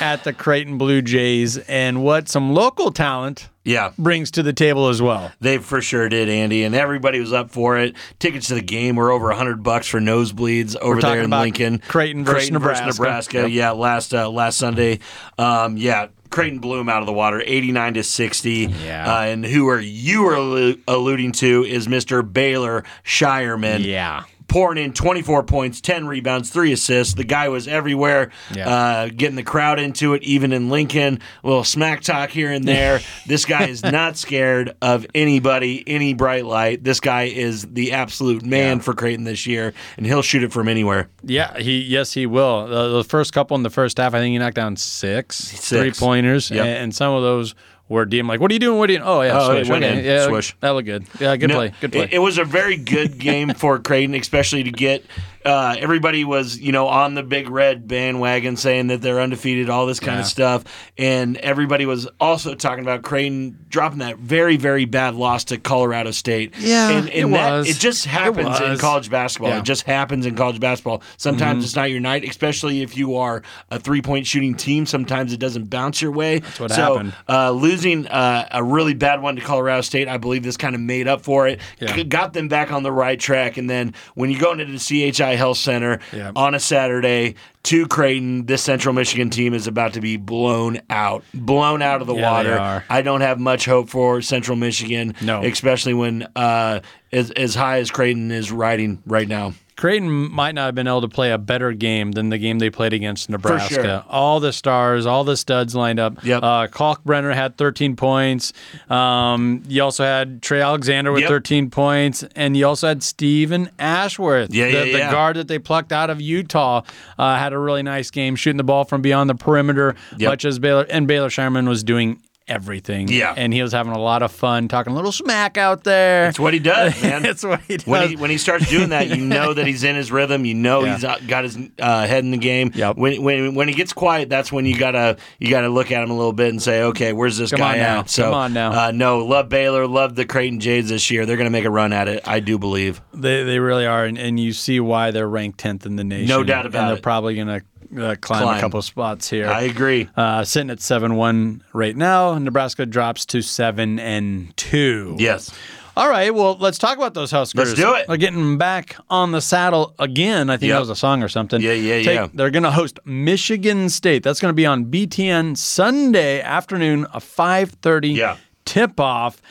S4: at the Creighton Blue Jays and what some local talent
S5: Yeah.
S4: brings to the table as well.
S5: They for sure did, Andy, and everybody was up for it. Tickets to the game were over hundred bucks for nosebleeds over
S4: talking
S5: there in
S4: about
S5: Lincoln.
S4: Creighton versus Nebraska. Yep.
S5: Yeah, last uh, last Sunday. Um, yeah, Creighton blew them out of the water, eighty nine to sixty.
S4: Yeah.
S5: Uh, and who are you are allu- alluding to is Mister Baylor Shireman
S4: Yeah.
S5: pouring in 24 points, 10 rebounds, three assists. The guy was everywhere,
S4: Yeah.
S5: uh, getting the crowd into it, even in Lincoln. A little smack talk here and there. this guy is not scared of anybody, any bright light. This guy is the absolute man for Creighton this year, and he'll shoot it from anywhere.
S4: Yeah, he yes he will. The, the first couple in the first half, I think he knocked down six, three pointers,
S5: Yep.
S4: and, and some of those were deemed like, "What are you doing? What are you?" Oh yeah,
S5: Oh,
S4: swish.
S5: it went
S4: okay.
S5: in.
S4: Yeah,
S5: Swish.
S4: That looked good. Yeah, good
S5: No,
S4: play. Good play.
S5: It, it was a very good game for Creighton, especially to get uh, everybody was you know on the big red bandwagon saying that they're undefeated, all this kind
S4: Yeah.
S5: of stuff, and everybody was also talking about Creighton dropping that very very bad loss to Colorado State.
S4: Yeah,
S5: and, and
S4: it
S5: that,
S4: was.
S5: It just happens in
S4: was.
S5: college basketball.
S4: Yeah. Mm-hmm.
S5: It just happens in college basketball. Sometimes it's not your night, especially if you are a three point shooting team. Sometimes it doesn't bounce your way. That's
S4: what
S5: so,
S4: happened.
S5: uh, losing uh, a really bad one to Colorado State, I believe this kind of made up for it,
S4: Yeah.
S5: g- got them back on the right track. And then when you go into the CHI Health Center
S4: Yeah.
S5: on a Saturday to Creighton, this Central Michigan team is about to be blown out, blown out of the
S4: Yeah, they
S5: water.
S4: are.
S5: I don't have much hope for Central Michigan,
S4: No.
S5: especially when uh, as, as high as Creighton is riding right now.
S4: Creighton might not have been able to play a better game than the game they played against Nebraska.
S5: sure.
S4: All the stars, all the studs lined up.
S5: Yep.
S4: Uh, Kalkbrenner had 13 points. Um, you also had Trey Alexander with
S5: Yep.
S4: 13 points, and you also had Steven Ashworth,
S5: Yeah,
S4: the,
S5: yeah,
S4: the
S5: yeah.
S4: guard that they plucked out of Utah, uh, had a really nice game shooting the ball from beyond the perimeter,
S5: Yep.
S4: much as Baylor and Baylor Sherman was doing. Everything,
S5: Yeah.
S4: and he was having a lot of fun talking a little smack out there.
S5: It's what he does,
S4: (laughs)
S5: man.
S4: That's what he does.
S5: when he when he starts doing that, you know that he's in his rhythm. You know
S4: (laughs) Yeah.
S5: he's uh, got his uh, head in the game.
S4: Yep.
S5: When when when he gets quiet, that's when you gotta you gotta look at him a little bit and say, okay, where's this
S4: Come
S5: guy
S4: on now.
S5: at? So
S4: Come on now.
S5: Uh, no, love Baylor, love the Creighton Jades this year. They're gonna make a run at it. I do believe.
S4: They they really are, and, and you see why they're ranked tenth in the nation.
S5: No doubt about
S4: and They're
S5: it.
S4: probably going to uh, climb,
S5: Climb.
S4: a couple spots here.
S5: I agree.
S4: uh, sitting at seven one right now. Nebraska drops to seven and two.
S5: Yes.
S4: All right. Well, let's talk about those Huskers.
S5: Let's do it.
S4: They're getting back on the saddle again. I think
S5: Yep.
S4: that was a song or something.
S5: Yeah, yeah, yeah.
S4: They're going to host Michigan State. That's going to be on BTN Sunday afternoon, a five thirty
S5: Yeah.
S4: tip off.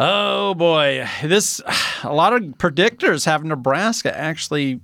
S4: Oh boy, this a lot of predictors have Nebraska actually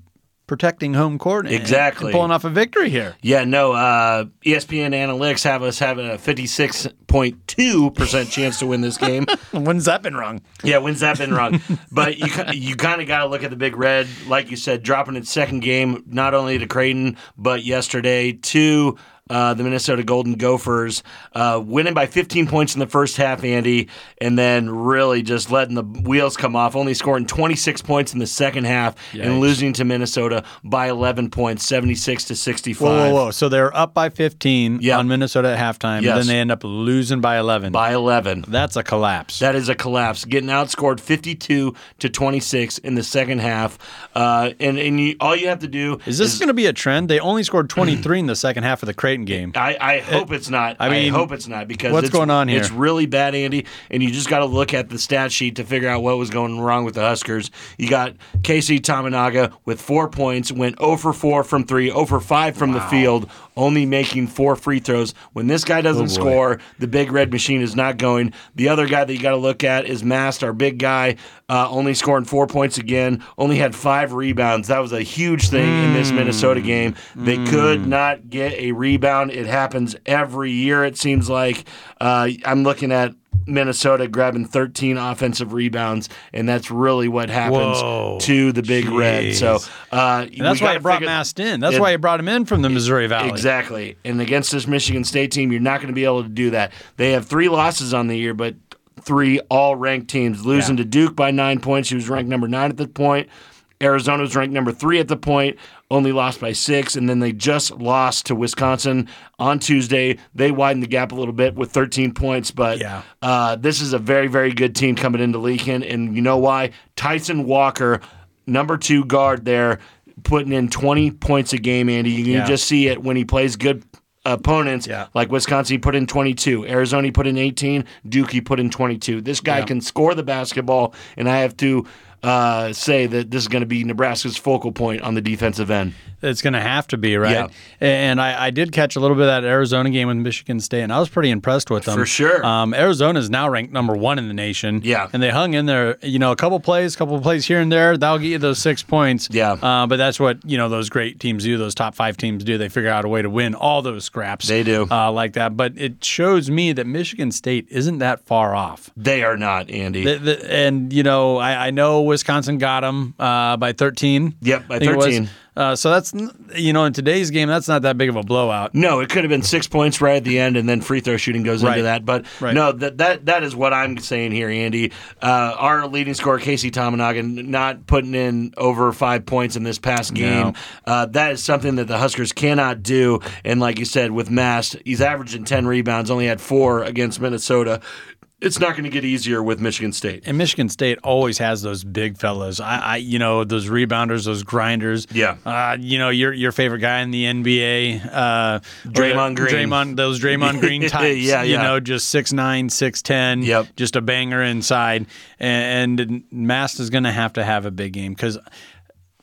S4: protecting home court and-
S5: Exactly.
S4: and pulling off a victory here.
S5: Yeah, no. Uh, ESPN analytics have us having a fifty-six point two percent chance to win this
S4: (laughs)
S5: game.
S4: When's that been wrong?
S5: Yeah, when's that been wrong? but you ki- you kind of got to look at the big red, like you said, dropping its second game not only to Creighton but yesterday to uh, the Minnesota Golden Gophers, uh, winning by 15 points in the first half, Andy, and then really just letting the wheels come off, only scoring 26 points in the second half
S4: Yikes.
S5: and losing to Minnesota by 11 points, 76 to 65.
S4: Whoa, whoa, whoa! So they're up by 15
S5: Yeah.
S4: on Minnesota at halftime.
S5: Yes.
S4: Then they end up losing by 11.
S5: By 11.
S4: That's a collapse.
S5: That is a collapse. Getting outscored 52 to 26 in the second half, uh, and and you, all you have to do (clears throat)
S4: is this going to be a trend? They only scored 23 in the second half of the Creighton Creighton game.
S5: I, I hope it's not. I mean,
S4: mean,
S5: hope it's not because
S4: what's
S5: it's-
S4: going on here?
S5: It's really bad, Andy, and you just got to look at the stat sheet to figure out what was going wrong with the Huskers. You got Casey Tominaga with four points, went 0 for 4 from three, 0 for 5 from the field, only making four free throws. When this guy doesn't
S4: Oh,
S5: score, the big red machine is not going. The other guy that you got to look at is Mast, our big guy, uh, only scoring four points again, only had five rebounds. That was a huge thing in
S4: Hmm.
S5: this Minnesota game. They could not get a rebound. It happens every year, it seems like. Uh, I'm looking at Minnesota grabbing 13 offensive rebounds, and that's really what happens
S4: Whoa.
S5: to the Big Red. So uh,
S4: And that's why I brought Mast in. That's
S5: Yeah.
S4: why I brought him in from
S5: e-,
S4: the Missouri Valley.
S5: Exactly. And against this Michigan State team, you're not going to be able to do that. They have three losses on the year, but three all ranked teams. Losing to Duke by nine points. She was ranked number nine at the point. Arizona was ranked number three at the point, only lost by six. And then they just lost to Wisconsin on Tuesday. They widened the gap a little bit with 13 points, but
S4: Yeah.
S5: uh, this is a very, very good team coming into Lincoln. And you know why? Tyson Walker, number two guard there, putting in 20 points a game, Andy. You can
S4: Yeah.
S5: just see it when he plays good opponents.
S4: Yeah.
S5: Like Wisconsin, he put in 22. Arizona, he put in 18. Duke, he put in 22. This guy can score the basketball, and I have to uh, say that this is going to be Nebraska's focal point on the defensive end.
S4: It's going to have to be right.
S5: Yeah.
S4: And I, I did catch a little bit of that Arizona game with Michigan State, and I was pretty impressed with them
S5: For sure.
S4: Um, Arizona is now ranked number one in the nation.
S5: Yeah.
S4: and they hung in there. You know, a couple plays, couple plays here and there. That'll get you those six points.
S5: Yeah.
S4: Uh, but that's what you know those great teams do. Those top five teams do. They figure out a way to win all those scraps.
S5: They do.
S4: uh, like that. But it shows me that Michigan State isn't that far off.
S5: They are not, Andy.
S4: The- the- and you know, I, I know Wisconsin got them uh, by 13.
S5: Yep, by
S4: I think it was.
S5: 13.
S4: Uh, so that's n- you know, in today's game, that's not that big of a blowout.
S5: No, it could have been six points right at the end, and then free throw shooting goes
S4: Right.
S5: into that. But
S4: Right.
S5: no, that that that is what I'm saying here, Andy. Uh, our leading scorer, Casey Tominagan, not putting in over five points in this past game. Uh, that is something that the Huskers cannot do. And like you said, with Mast, he's averaging ten rebounds, only had four against Minnesota. It's not going to get easier with Michigan State.
S4: And Michigan State always has those big fellas. I, I you know, those rebounders, those grinders.
S5: Yeah.
S4: Uh, you know, your your favorite guy in the NBA, uh,
S5: Draymond Green.
S4: Draymond, those
S5: (laughs)
S4: Draymond Green types.
S5: Yeah,
S4: You
S5: yeah.
S4: know, just six nine, six ten.
S5: Yep.
S4: Just a banger inside, and, and Mast is going to have to have a big game because. I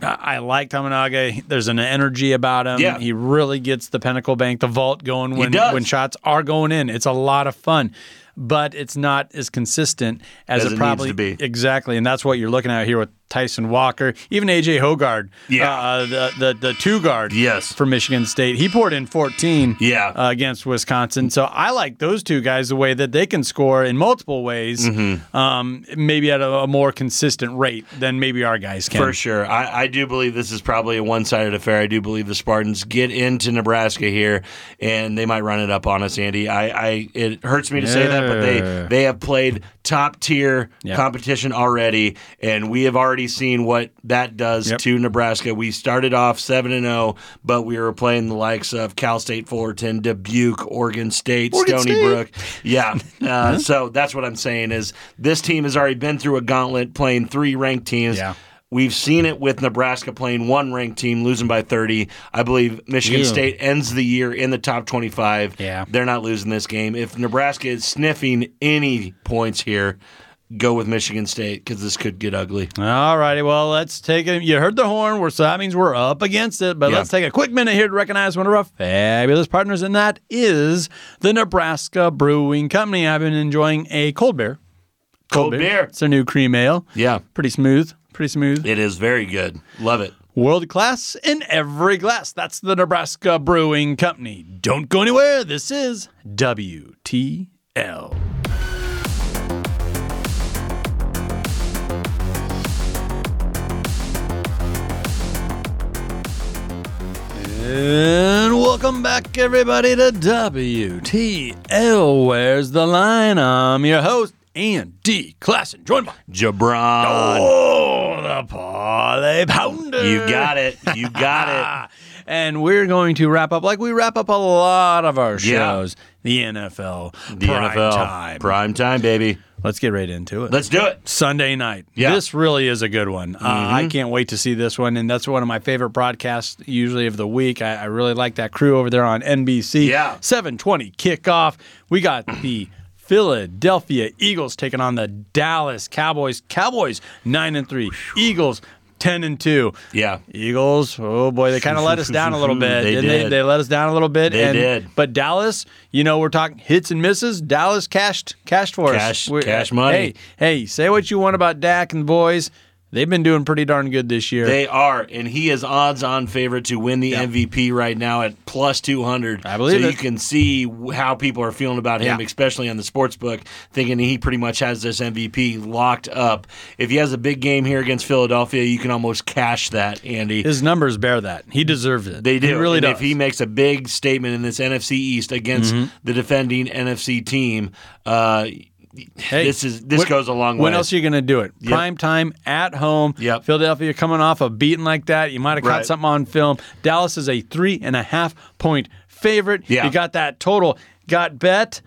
S4: I like Tamanaga. There's an energy about him.
S5: Yeah.
S4: He really gets the Pinnacle Bank, the vault going when
S5: does.
S4: when shots are going in. It's a lot of fun, but it's not as consistent as,
S5: As it
S4: it
S5: needs
S4: probably
S5: to be.
S4: Exactly, and that's what you're looking at here with Tyson Walker, even AJ Hogard,
S5: Yeah.
S4: uh, the, the the two guard,
S5: Yes.
S4: for Michigan State. He poured in 14,
S5: Yeah.
S4: uh, against Wisconsin. So I like those two guys the way that they can score in multiple ways,
S5: Mm-hmm.
S4: um, maybe at a, a more consistent rate than maybe our guys can.
S5: For sure. I, I do believe this is probably a one sided affair. I do believe the Spartans get into Nebraska here and they might run it up on us, Andy. I, I it hurts me to say that, but they,
S4: Yeah.
S5: they have played top tier
S4: Yeah.
S5: competition already, and we have already seen what that does
S4: Yep.
S5: to Nebraska. We started off seven and zero, but we were playing the likes of Cal State Fullerton, Dubuque, Oregon State,
S4: Oregon
S5: Stony
S4: State.
S5: Brook. Yeah. Uh, so that's what I'm saying is this team has already been through a gauntlet playing three ranked teams.
S4: Yeah.
S5: We've seen it with Nebraska playing one ranked team, losing by 30. I believe Michigan
S4: Ew.
S5: State ends the year in the top 25.
S4: Yeah.
S5: They're not losing this game. If Nebraska is sniffing any points here, go with Michigan State because this could get ugly.
S4: All righty. Well, let's take it. You heard the horn, we're, so that means we're up against it. But
S5: Yeah.
S4: let's take a quick minute here to recognize one of our fabulous partners, and that is the Nebraska Brewing Company. I've been enjoying a cold beer.
S5: Cold beer.
S4: It's their new cream ale.
S5: Yeah.
S4: Pretty smooth. Pretty smooth.
S5: It is very good. Love it.
S4: World class in every glass. That's the Nebraska Brewing Company. Don't go anywhere. This is WTL. And welcome back, everybody, to WTL. Where's the line? I'm your host, Andy Klassen, joined by
S5: Jabron.
S4: Oh, the Parley Pounder.
S5: You got it. You got it.
S4: (laughs) Ah, and we're going to wrap up like we wrap up a lot of our
S5: Yeah.
S4: shows. The NFL,
S5: The
S4: prime
S5: NFL.
S4: time.
S5: Prime time, baby.
S4: Let's get right into it.
S5: Let's do it.
S4: Sunday night.
S5: Yeah. Mm-hmm.
S4: This really is a good one. Uh, I can't wait to see this one. And that's one of my favorite broadcasts usually of the week. I, I really like that crew over there on NBC.
S5: Yeah.
S4: 720 kickoff. We
S5: (clears throat)
S4: got the Philadelphia Eagles taking on the Dallas Cowboys. Cowboys 9 and 3. Eagles 10 and 2.
S5: Yeah.
S4: Eagles, oh boy, they kind of let us down a little bit.
S5: (laughs) They
S4: didn't
S5: did.
S4: They, they let us down a little bit.
S5: They
S4: and,
S5: did.
S4: But Dallas, you know, we're talking hits and misses. Dallas cashed cashed for
S5: Cash-
S4: us. We're-
S5: cash money.
S4: Hey, hey, say what you want about Dak and the boys. They've been doing pretty darn good this year.
S5: They are, and he is odds-on favorite to win the
S4: Yeah.
S5: MVP right now at plus two hundred.
S4: I believe
S5: so.
S4: it.
S5: You can see w- how people are feeling about him,
S4: Yeah.
S5: especially on the sports book, thinking he pretty much has this MVP locked up. If he has a big game here against Philadelphia, you can almost cash that, Andy.
S4: His numbers bear that. He deserves it.
S5: They do.
S4: He really
S5: and
S4: does. Mm-hmm.
S5: If he makes a big statement in this NFC East against the defending NFC team, uh,
S4: Hey,
S5: this is this
S4: when-
S5: goes a long way.
S4: When else are you going to do it? Prime time at home.
S5: Yep.
S4: Philadelphia coming off a beating like that. You might have caught
S5: Right.
S4: something on film. Dallas is a three and a half point favorite.
S5: Yeah.
S4: You got that total. Got bet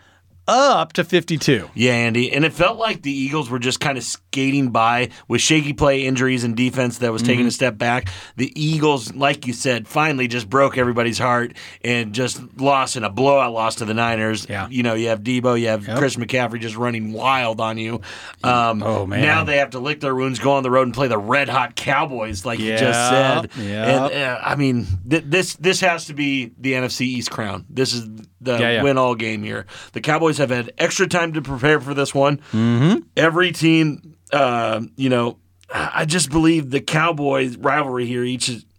S4: up to 52.
S5: Yeah, Andy. And it felt like the Eagles were just kind of skating by with shaky play, injuries, and defense that was taking
S4: Mm-hmm.
S5: a step back. The Eagles, like you said, finally just broke everybody's heart and just lost in a blowout loss to the Niners.
S4: Yeah.
S5: You know, you have Debo, you have Chris McCaffrey just running wild on you. Um,
S4: Oh, man.
S5: Now they have to lick their wounds, go on the road, and play the red hot Cowboys, like you just
S4: Yeah,
S5: said.
S4: yeah.
S5: And uh, I mean, th- this this has to be the NFC East crown. This is the
S4: Yeah, yeah.
S5: win all game here. The Cowboys have had extra time to prepare for this one.
S4: Mm-hmm.
S5: Every team, uh, you know, I I just believe the Cowboys rivalry here. Each is, (sighs)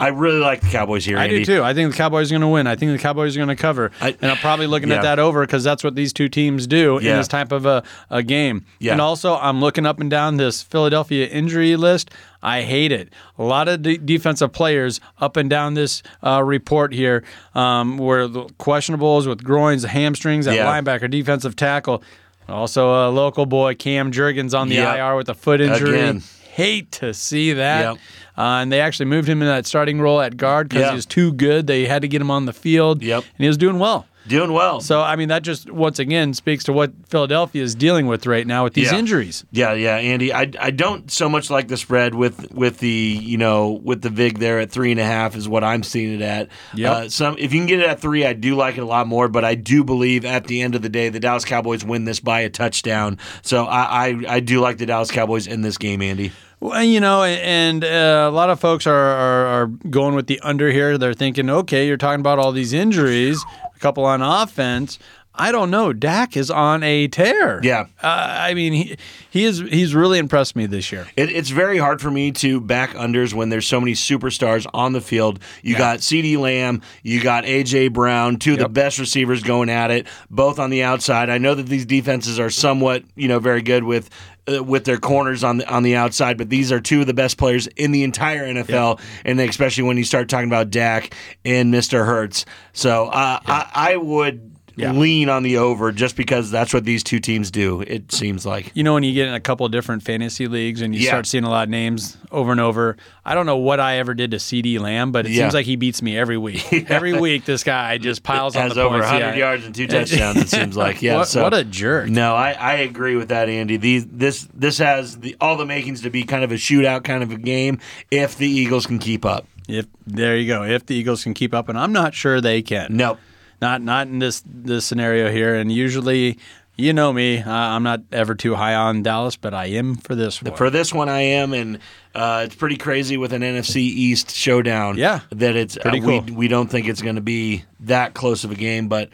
S5: I really like the Cowboys here.
S4: I
S5: Andy.
S4: do too. I think the Cowboys are going to win. I think the Cowboys are going to cover,
S5: I-
S4: and I'm probably looking
S5: Yeah.
S4: at that over because that's what these two teams do
S5: Yeah.
S4: in this type of a, a game.
S5: Yeah.
S4: And also, I'm looking up and down this Philadelphia injury list. I hate it. A lot of de- defensive players up and down this uh, report here um, were the questionables with groins, hamstrings, that
S5: Yeah.
S4: linebacker, defensive tackle. Also, a local boy, Cam Jurgens, on the
S5: Yep.
S4: IR with a foot injury.
S5: Again.
S4: Hate to see that.
S5: Yep.
S4: Uh, and they actually moved him in that starting role at guard because
S5: Yeah.
S4: he was too good. They had to get him on the field.
S5: Yep.
S4: And he was doing well.
S5: Doing well.
S4: So, I mean, that just once again speaks to what Philadelphia is dealing with right now with these
S5: Yeah.
S4: injuries.
S5: Yeah, yeah, Andy. I, I don't so much like the spread with with the you know with the vig there at three and a half is what I'm seeing it at.
S4: Yep.
S5: Uh, some if you can get it at three, I do like it a lot more. But I do believe at the end of the day, the Dallas Cowboys win this by a touchdown. So I I, I do like the Dallas Cowboys in this game, Andy.
S4: Well, you know, and uh, a lot of folks are, are, are going with the under here. They're thinking, okay, you're talking about all these injuries, a couple on offense. I don't know. Dak is on a tear.
S5: Yeah.
S4: Uh, I mean, he, he is he's really impressed me this year.
S5: It, it's very hard for me to back unders when there's so many superstars on the field. You got C.D. Lamb, you got A.J. Brown, two of the
S4: Yep.
S5: best receivers going at it, both on the outside. I know that these defenses are somewhat, you know, very good with. uh, With their corners on the on the outside, but these are two of the best players in the entire NFL, and especially when you start talking about Dak and Mister Hertz. So uh, I, I would
S4: Yeah.
S5: lean on the over just because that's what these two teams do. It seems like
S4: you know when you get in a couple of different fantasy leagues and you
S5: Yeah.
S4: start seeing a lot of names over and over i don't know what i ever did to cd lamb but it
S5: Yeah.
S4: seems like he beats me every
S5: (laughs)
S4: week every week this guy just piles on
S5: has
S4: the
S5: over
S4: points
S5: 100
S4: Yeah.
S5: yards
S4: (laughs)
S5: and two touchdowns. It seems like yeah.
S4: what,
S5: so
S4: what a jerk
S5: no, I, I agree with that, Andy. These this this has the, all the makings to be kind of a shootout kind of a game if the Eagles can keep up.
S4: if there you go if the eagles can keep up and i'm not sure they can
S5: Nope.
S4: not not in this this scenario here and usually you know me uh, i'm not ever too high on dallas but i am for this one
S5: For this one, I am, and uh, it's pretty crazy with an NFC East showdown.
S4: Yeah.
S5: that it's uh,
S4: Pretty
S5: we
S4: cool.
S5: we don't think it's going to be that close of a game, but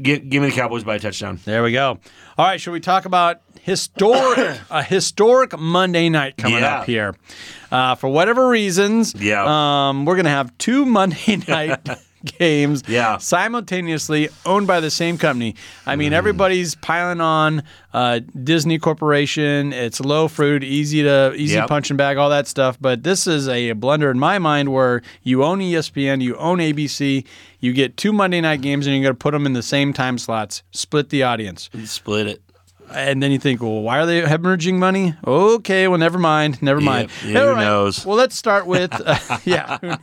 S5: gi- give me the Cowboys by a touchdown.
S4: There we go. All right, should we talk about
S5: (coughs)
S4: historic a historic Monday night coming
S5: Yeah.
S4: up here? Uh, for whatever reasons,
S5: Yeah.
S4: um, we're gonna have two (laughs) Monday
S5: (laughs)
S4: night games
S5: Yeah.
S4: simultaneously owned by the same company. I mean, everybody's piling on uh, Disney Corporation. It's low fruit, easy to easy
S5: Yep.
S4: punching bag, all that stuff. But this is a blunder in my mind where you own E ESPN, you own ABC, you get two Monday night games, and you're going to put them in the same time slots, split the audience.
S5: Split it.
S4: and then you think, well, why are they hemorrhaging money? Okay, well, never mind, never mind.
S5: yeah,
S4: All
S5: who knows?
S4: Well, let's start with (laughs) uh, yeah, (laughs) who-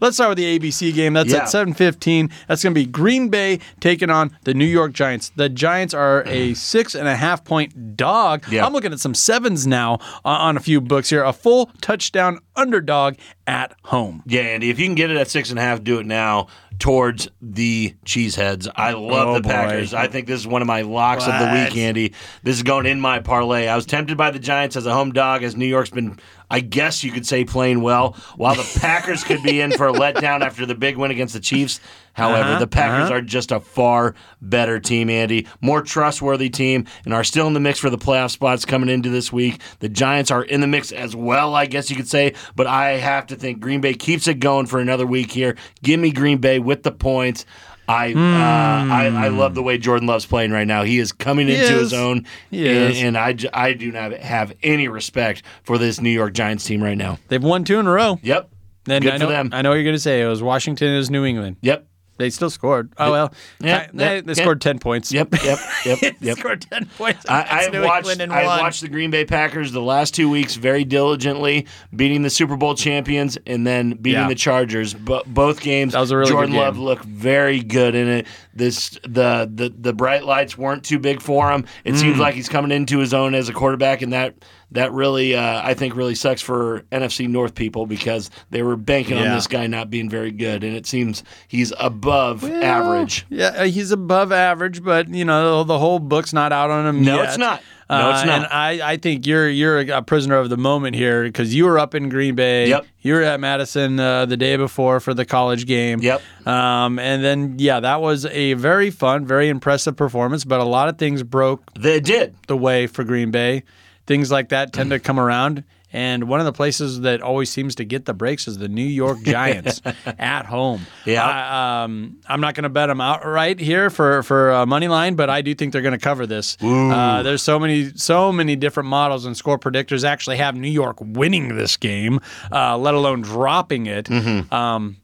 S4: let's start with the ABC game. That's
S5: Yeah.
S4: at seven fifteen. That's going to be Green Bay taking on the New York Giants. The Giants are
S5: (clears throat)
S4: a six and a half point dog.
S5: Yeah.
S4: I'm looking at some sevens now on, on a few books here. A full touchdown underdog at home.
S5: Yeah, Andy, if you can get it at six and a half, do it now towards the Cheeseheads. I love
S4: Oh,
S5: the
S4: boy.
S5: Packers. I think this is one of my locks of the
S4: What?
S5: week, Andy. This is going in my parlay. I was tempted by the Giants as a home dog, as New York's been, I guess you could say, playing well, while the Packers could be in for a letdown after the big win against the Chiefs. However, the Packers are just a far better team, Andy. More trustworthy team, and are still in the mix for the playoff spots coming into this week. The Giants are in the mix as well, I guess you could say, but I have to think Green Bay keeps it going for another week here. Give me Green Bay with the points. I, uh, I I love the way Jordan Love's playing right now. He is coming into
S4: is.
S5: his own,
S4: He
S5: and,
S4: is.
S5: and I, j- I do not have any respect for this New York Giants team right now.
S4: They've won two in a row.
S5: Yep.
S4: Then
S5: Good
S4: I
S5: for
S4: know,
S5: them.
S4: I know what you're going to say. It was Washington. It was New England.
S5: Yep.
S4: They still scored. Oh well,
S5: Yeah,
S4: Ki- they,
S5: yeah,
S4: they
S5: yeah.
S4: scored ten points.
S5: Yep. Yep.
S4: (laughs)
S5: Yep.
S4: They
S5: yep.
S4: scored ten points.
S5: I,
S4: against
S5: I've
S4: New
S5: watched
S4: England and
S5: I've
S4: won.
S5: watched the Green Bay Packers the last two weeks very diligently, beating the Super Bowl champions and then beating
S4: Yeah.
S5: the Chargers. But both games,
S4: That was a really
S5: Jordan
S4: good game.
S5: Love looked very good in it. This the, the the bright lights weren't too big for him. It
S4: Mm.
S5: seems like he's coming into his own as a quarterback, and that that really uh, I think really sucks for NFC North people because they were banking on
S4: Yeah.
S5: this guy not being very good, and it seems he's above average.
S4: Yeah, uh, he's above average, but you know the whole book's not out on him.
S5: No,
S4: yet.
S5: it's not. No, it's
S4: Uh,
S5: not.
S4: and I, I think you're you're a prisoner of the moment here because you were up in Green Bay.
S5: Yep.
S4: You were at Madison uh, the day before for the college game.
S5: Yep.
S4: Um, and then yeah, that was a very fun, very impressive performance, but a lot of things broke
S5: They did.
S4: the way for Green Bay. Things like that tend
S5: (laughs)
S4: to come around. And one of the places that always seems to get the breaks is the New York
S5: (laughs)
S4: Giants at home.
S5: Yeah.
S4: I, um, I'm not going to bet them outright here for for uh, money line, but I do think they're going to cover this. Uh, there's so many so many different models and score predictors actually have New York winning this game, uh, let alone dropping it.
S5: Mm-hmm.
S4: Um,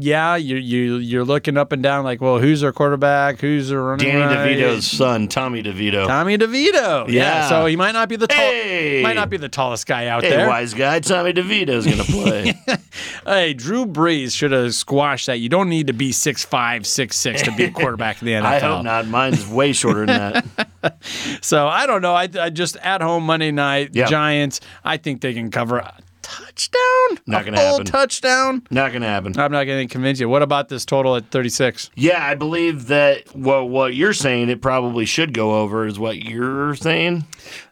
S4: yeah, you you you're looking up and down like, well, who's their quarterback? Who's their running?
S5: Danny
S4: back?
S5: DeVito's son, Tommy DeVito.
S4: Tommy DeVito. Yeah.
S5: Oh. Yeah.
S4: So he might not be the tall,
S5: Hey!
S4: might not be the tallest guy out
S5: Hey,
S4: there.
S5: wise guy, Tommy
S4: (laughs)
S5: DeVito's going to play.
S4: Hey, Drew Brees should have squashed that. You don't need to be 6'5", 6'6", to be a quarterback in the NFL.
S5: (laughs) I hope not. Mine's way shorter than that.
S4: (laughs) So I don't know. I, I just at home Monday night
S5: Yeah.
S4: Giants. I think they can cover a touchdown.
S5: Not
S4: a
S5: gonna
S4: full
S5: happen.
S4: Touchdown.
S5: Not going to happen.
S4: I'm not going to convince you. What about this total at 36?
S5: Yeah, I believe that well, what you're saying, it probably should go over, is what you're saying.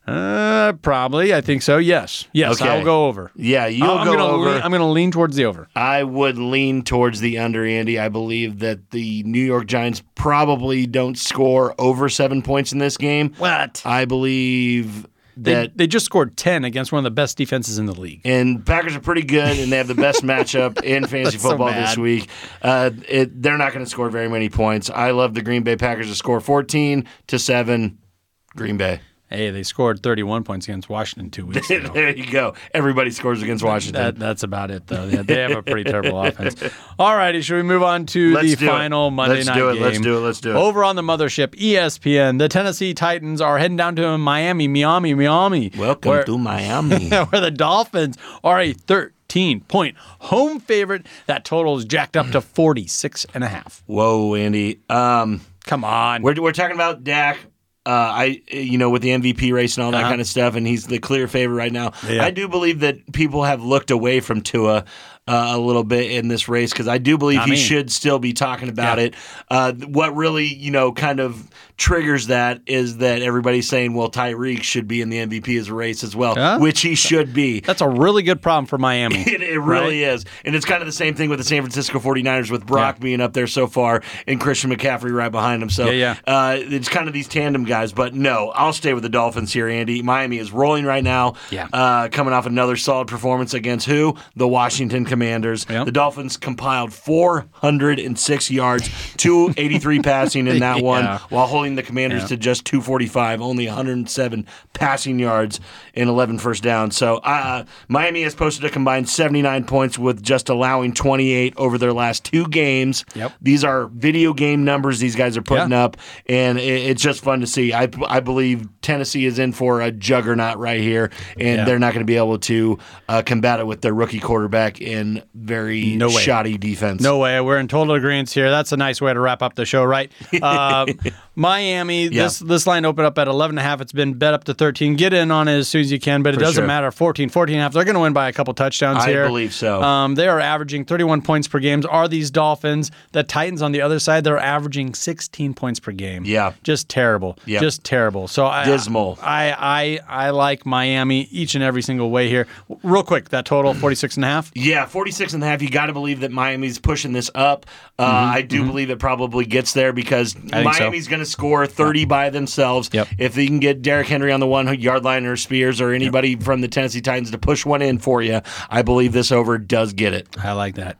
S4: Uh, probably. I think so. Yes. Yes.
S5: Okay.
S4: I'll go over.
S5: Yeah, you'll
S4: I'm
S5: go
S4: gonna
S5: over.
S4: lean- I'm going to lean towards the over.
S5: I would lean towards the under, Andy. I believe that the New York Giants probably don't score over seven points in this game.
S4: What?
S5: I believe
S4: They,
S5: that
S4: they just scored 10 against one of the best defenses in the league.
S5: And Packers are pretty good, and they have
S4: (laughs)
S5: the best matchup in fantasy
S4: That's so
S5: football this
S4: bad.
S5: week. Uh, it, they're not going to score very many points. I love the Green Bay Packers to score 14 to 7. Green Bay. (laughs)
S4: Hey, they scored 31 points against Washington two weeks ago.
S5: there you go. Everybody scores against Washington.
S4: That, that's about it, though. Yeah, they have a pretty
S5: (laughs)
S4: terrible offense. All righty, should we move on to
S5: Let's
S4: the
S5: do it.
S4: final Monday
S5: Let's
S4: night
S5: do it,
S4: game?
S5: let's do it, let's do it.
S4: Over on the mothership, E ESPN. The Tennessee Titans are heading down to Miami, Miami, Miami.
S5: Welcome
S4: where- (laughs)
S5: to Miami.
S4: where the Dolphins are a 13 point home favorite. That total is jacked up to 46 and a half.
S5: Whoa, Andy. Um,
S4: Come on.
S5: We're, we're talking about Dak. Uh, I you know with the MVP race and all that kind of stuff, and he's the clear favorite right now.
S4: Uh-huh. Yeah.
S5: I do believe that people have looked away from Tua uh, a little bit in this race because I do believe
S4: Not
S5: he
S4: me.
S5: should still be talking about
S4: Yeah.
S5: it. Uh, th- what really you know kind of triggers that is that everybody's saying, well, Tyreek should be in the MVP as a race as well,
S4: Huh?
S5: which he should be.
S4: That's a really good problem for Miami.
S5: (laughs) It, it really is. And it's kind of the same thing with the San Francisco 49ers with Brock
S4: Yeah.
S5: being up there so far and Christian McCaffrey right behind him. So
S4: Yeah,
S5: Uh, it's kind of these tandem guys. But no, I'll stay with the Dolphins here, Andy. Miami is rolling right now,
S4: Yeah.
S5: uh, coming off another solid performance against who? The Washington Commanders.
S4: Yep.
S5: The Dolphins compiled 406 yards,
S4: (laughs)
S5: 283 passing in that one,
S4: Yeah.
S5: while holding the Commanders to just 245, only 107 passing yards and 11 first downs. So uh, Miami has posted a combined 79 points with just allowing 28 over their last two games.
S4: Yep.
S5: These are video game numbers these guys are putting
S4: Yeah.
S5: up, and it, it's just fun to see. I, I believe Tennessee is in for a juggernaut right here, and
S4: Yeah.
S5: they're not going to be able to uh, combat it with their rookie quarterback in very
S4: No way.
S5: shoddy defense.
S4: No way. We're in total agreement here. That's a nice way to wrap up the show,
S5: (laughs)
S4: right? Uh, Miami,
S5: Yeah.
S4: this this line opened up at 11.5. It's been bet up to 13. Get in on it as soon as you can, but it doesn't
S5: sure.
S4: matter. 14, 14.5. They're going to win by a couple touchdowns
S5: I
S4: here.
S5: believe so.
S4: Um, they are averaging 31 points per game. Are these Dolphins? The Titans on the other side, they're averaging 16 points per game.
S5: Yeah.
S4: Just terrible.
S5: Yeah.
S4: Just terrible. So I,
S5: Dismal.
S4: I, I, I like Miami each and every single way here. Real quick, that total, 46.5.
S5: Yeah, 46 and a half. You got to believe that Miami's pushing this up. Uh, I do believe it probably gets there because
S4: Mm-hmm, think so.
S5: Miami's going to score 30 by themselves.
S4: Yep.
S5: If they can get Derrick Henry on the one yard line or Spears or anybody from the Tennessee Titans to push one in for you, I believe this over does get it.
S4: I like that.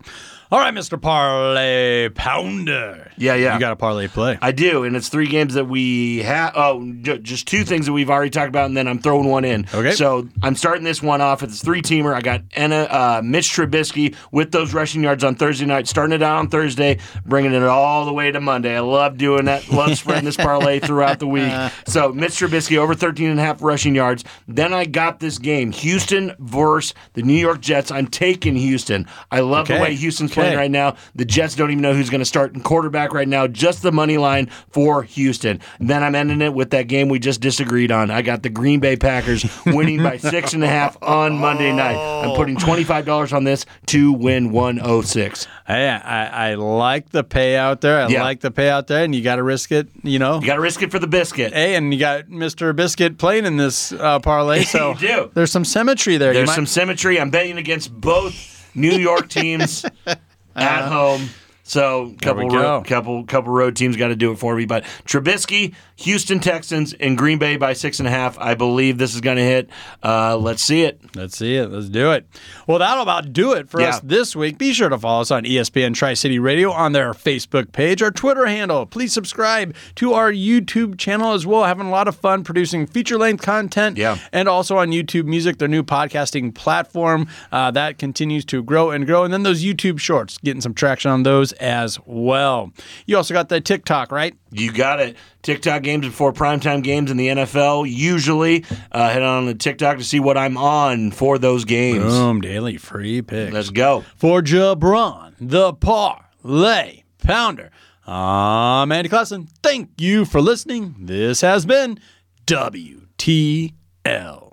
S4: All right, Mr. Parlay Pounder.
S5: Yeah, yeah.
S4: You got a parlay play.
S5: I do, and it's three games that we have. Oh, ju- just two things that we've already talked about, and then I'm throwing one in.
S4: Okay.
S5: So I'm starting this one off. It's three teamer. I got Anna, uh, Mitch Trubisky with those rushing yards on Thursday night, starting it out on Thursday, bringing it all the way to Monday. I love doing that. Love spreading this parlay throughout the week. So Mitch Trubisky over 13 and a half rushing yards. Then I got this game Houston versus the New York Jets. I'm taking Houston. I love the
S4: Okay.
S5: way Houston's playing
S4: Okay.
S5: right now right now. The Jets don't even know who's going to start in quarterback right now. Just the money line for Houston. Then I'm ending it with that game we just disagreed on. I got the Green Bay Packers (laughs) winning by six and a half on Monday night. I'm putting twenty five dollars on this to win one oh six.
S4: Hey, I, I like the payout there. I
S5: Yeah.
S4: like the payout there, and you got to risk it, you know.
S5: You got to risk it for the biscuit.
S4: Hey, and you got Mr. Biscuit playing in this uh, parlay, so
S5: (laughs) You do.
S4: there's some symmetry there. You
S5: There's
S4: might-
S5: some symmetry. I'm betting against both New York teams
S4: (laughs)
S5: at home. So couple
S4: Uh-huh. we go.
S5: road, couple couple road teams got to do it for me. But Trubisky, Houston Texans, and Green Bay by six and a half. I believe this is going to hit. Uh, let's see it.
S4: Let's see it. Let's do it. Well, that'll about do it for
S5: Yeah.
S4: us this week. Be sure to follow us on E ESPN Tri City Radio on their Facebook page, our Twitter handle. Please subscribe to our YouTube channel as well. Having a lot of fun producing feature length content.
S5: Yeah.
S4: And also on YouTube Music, their new podcasting platform uh, that continues to grow and grow. And then those YouTube shorts, getting some traction on those as well. You also got the TikTok, right?
S5: You got it. TikTok games before primetime games in the NFL. Usually, uh, head on to TikTok to see what I'm on for those games.
S4: Boom, daily free picks.
S5: Let's go.
S4: for Jabron, the parlay pounder. I'm Andy Klassen. Thank you for listening. This has been WTL.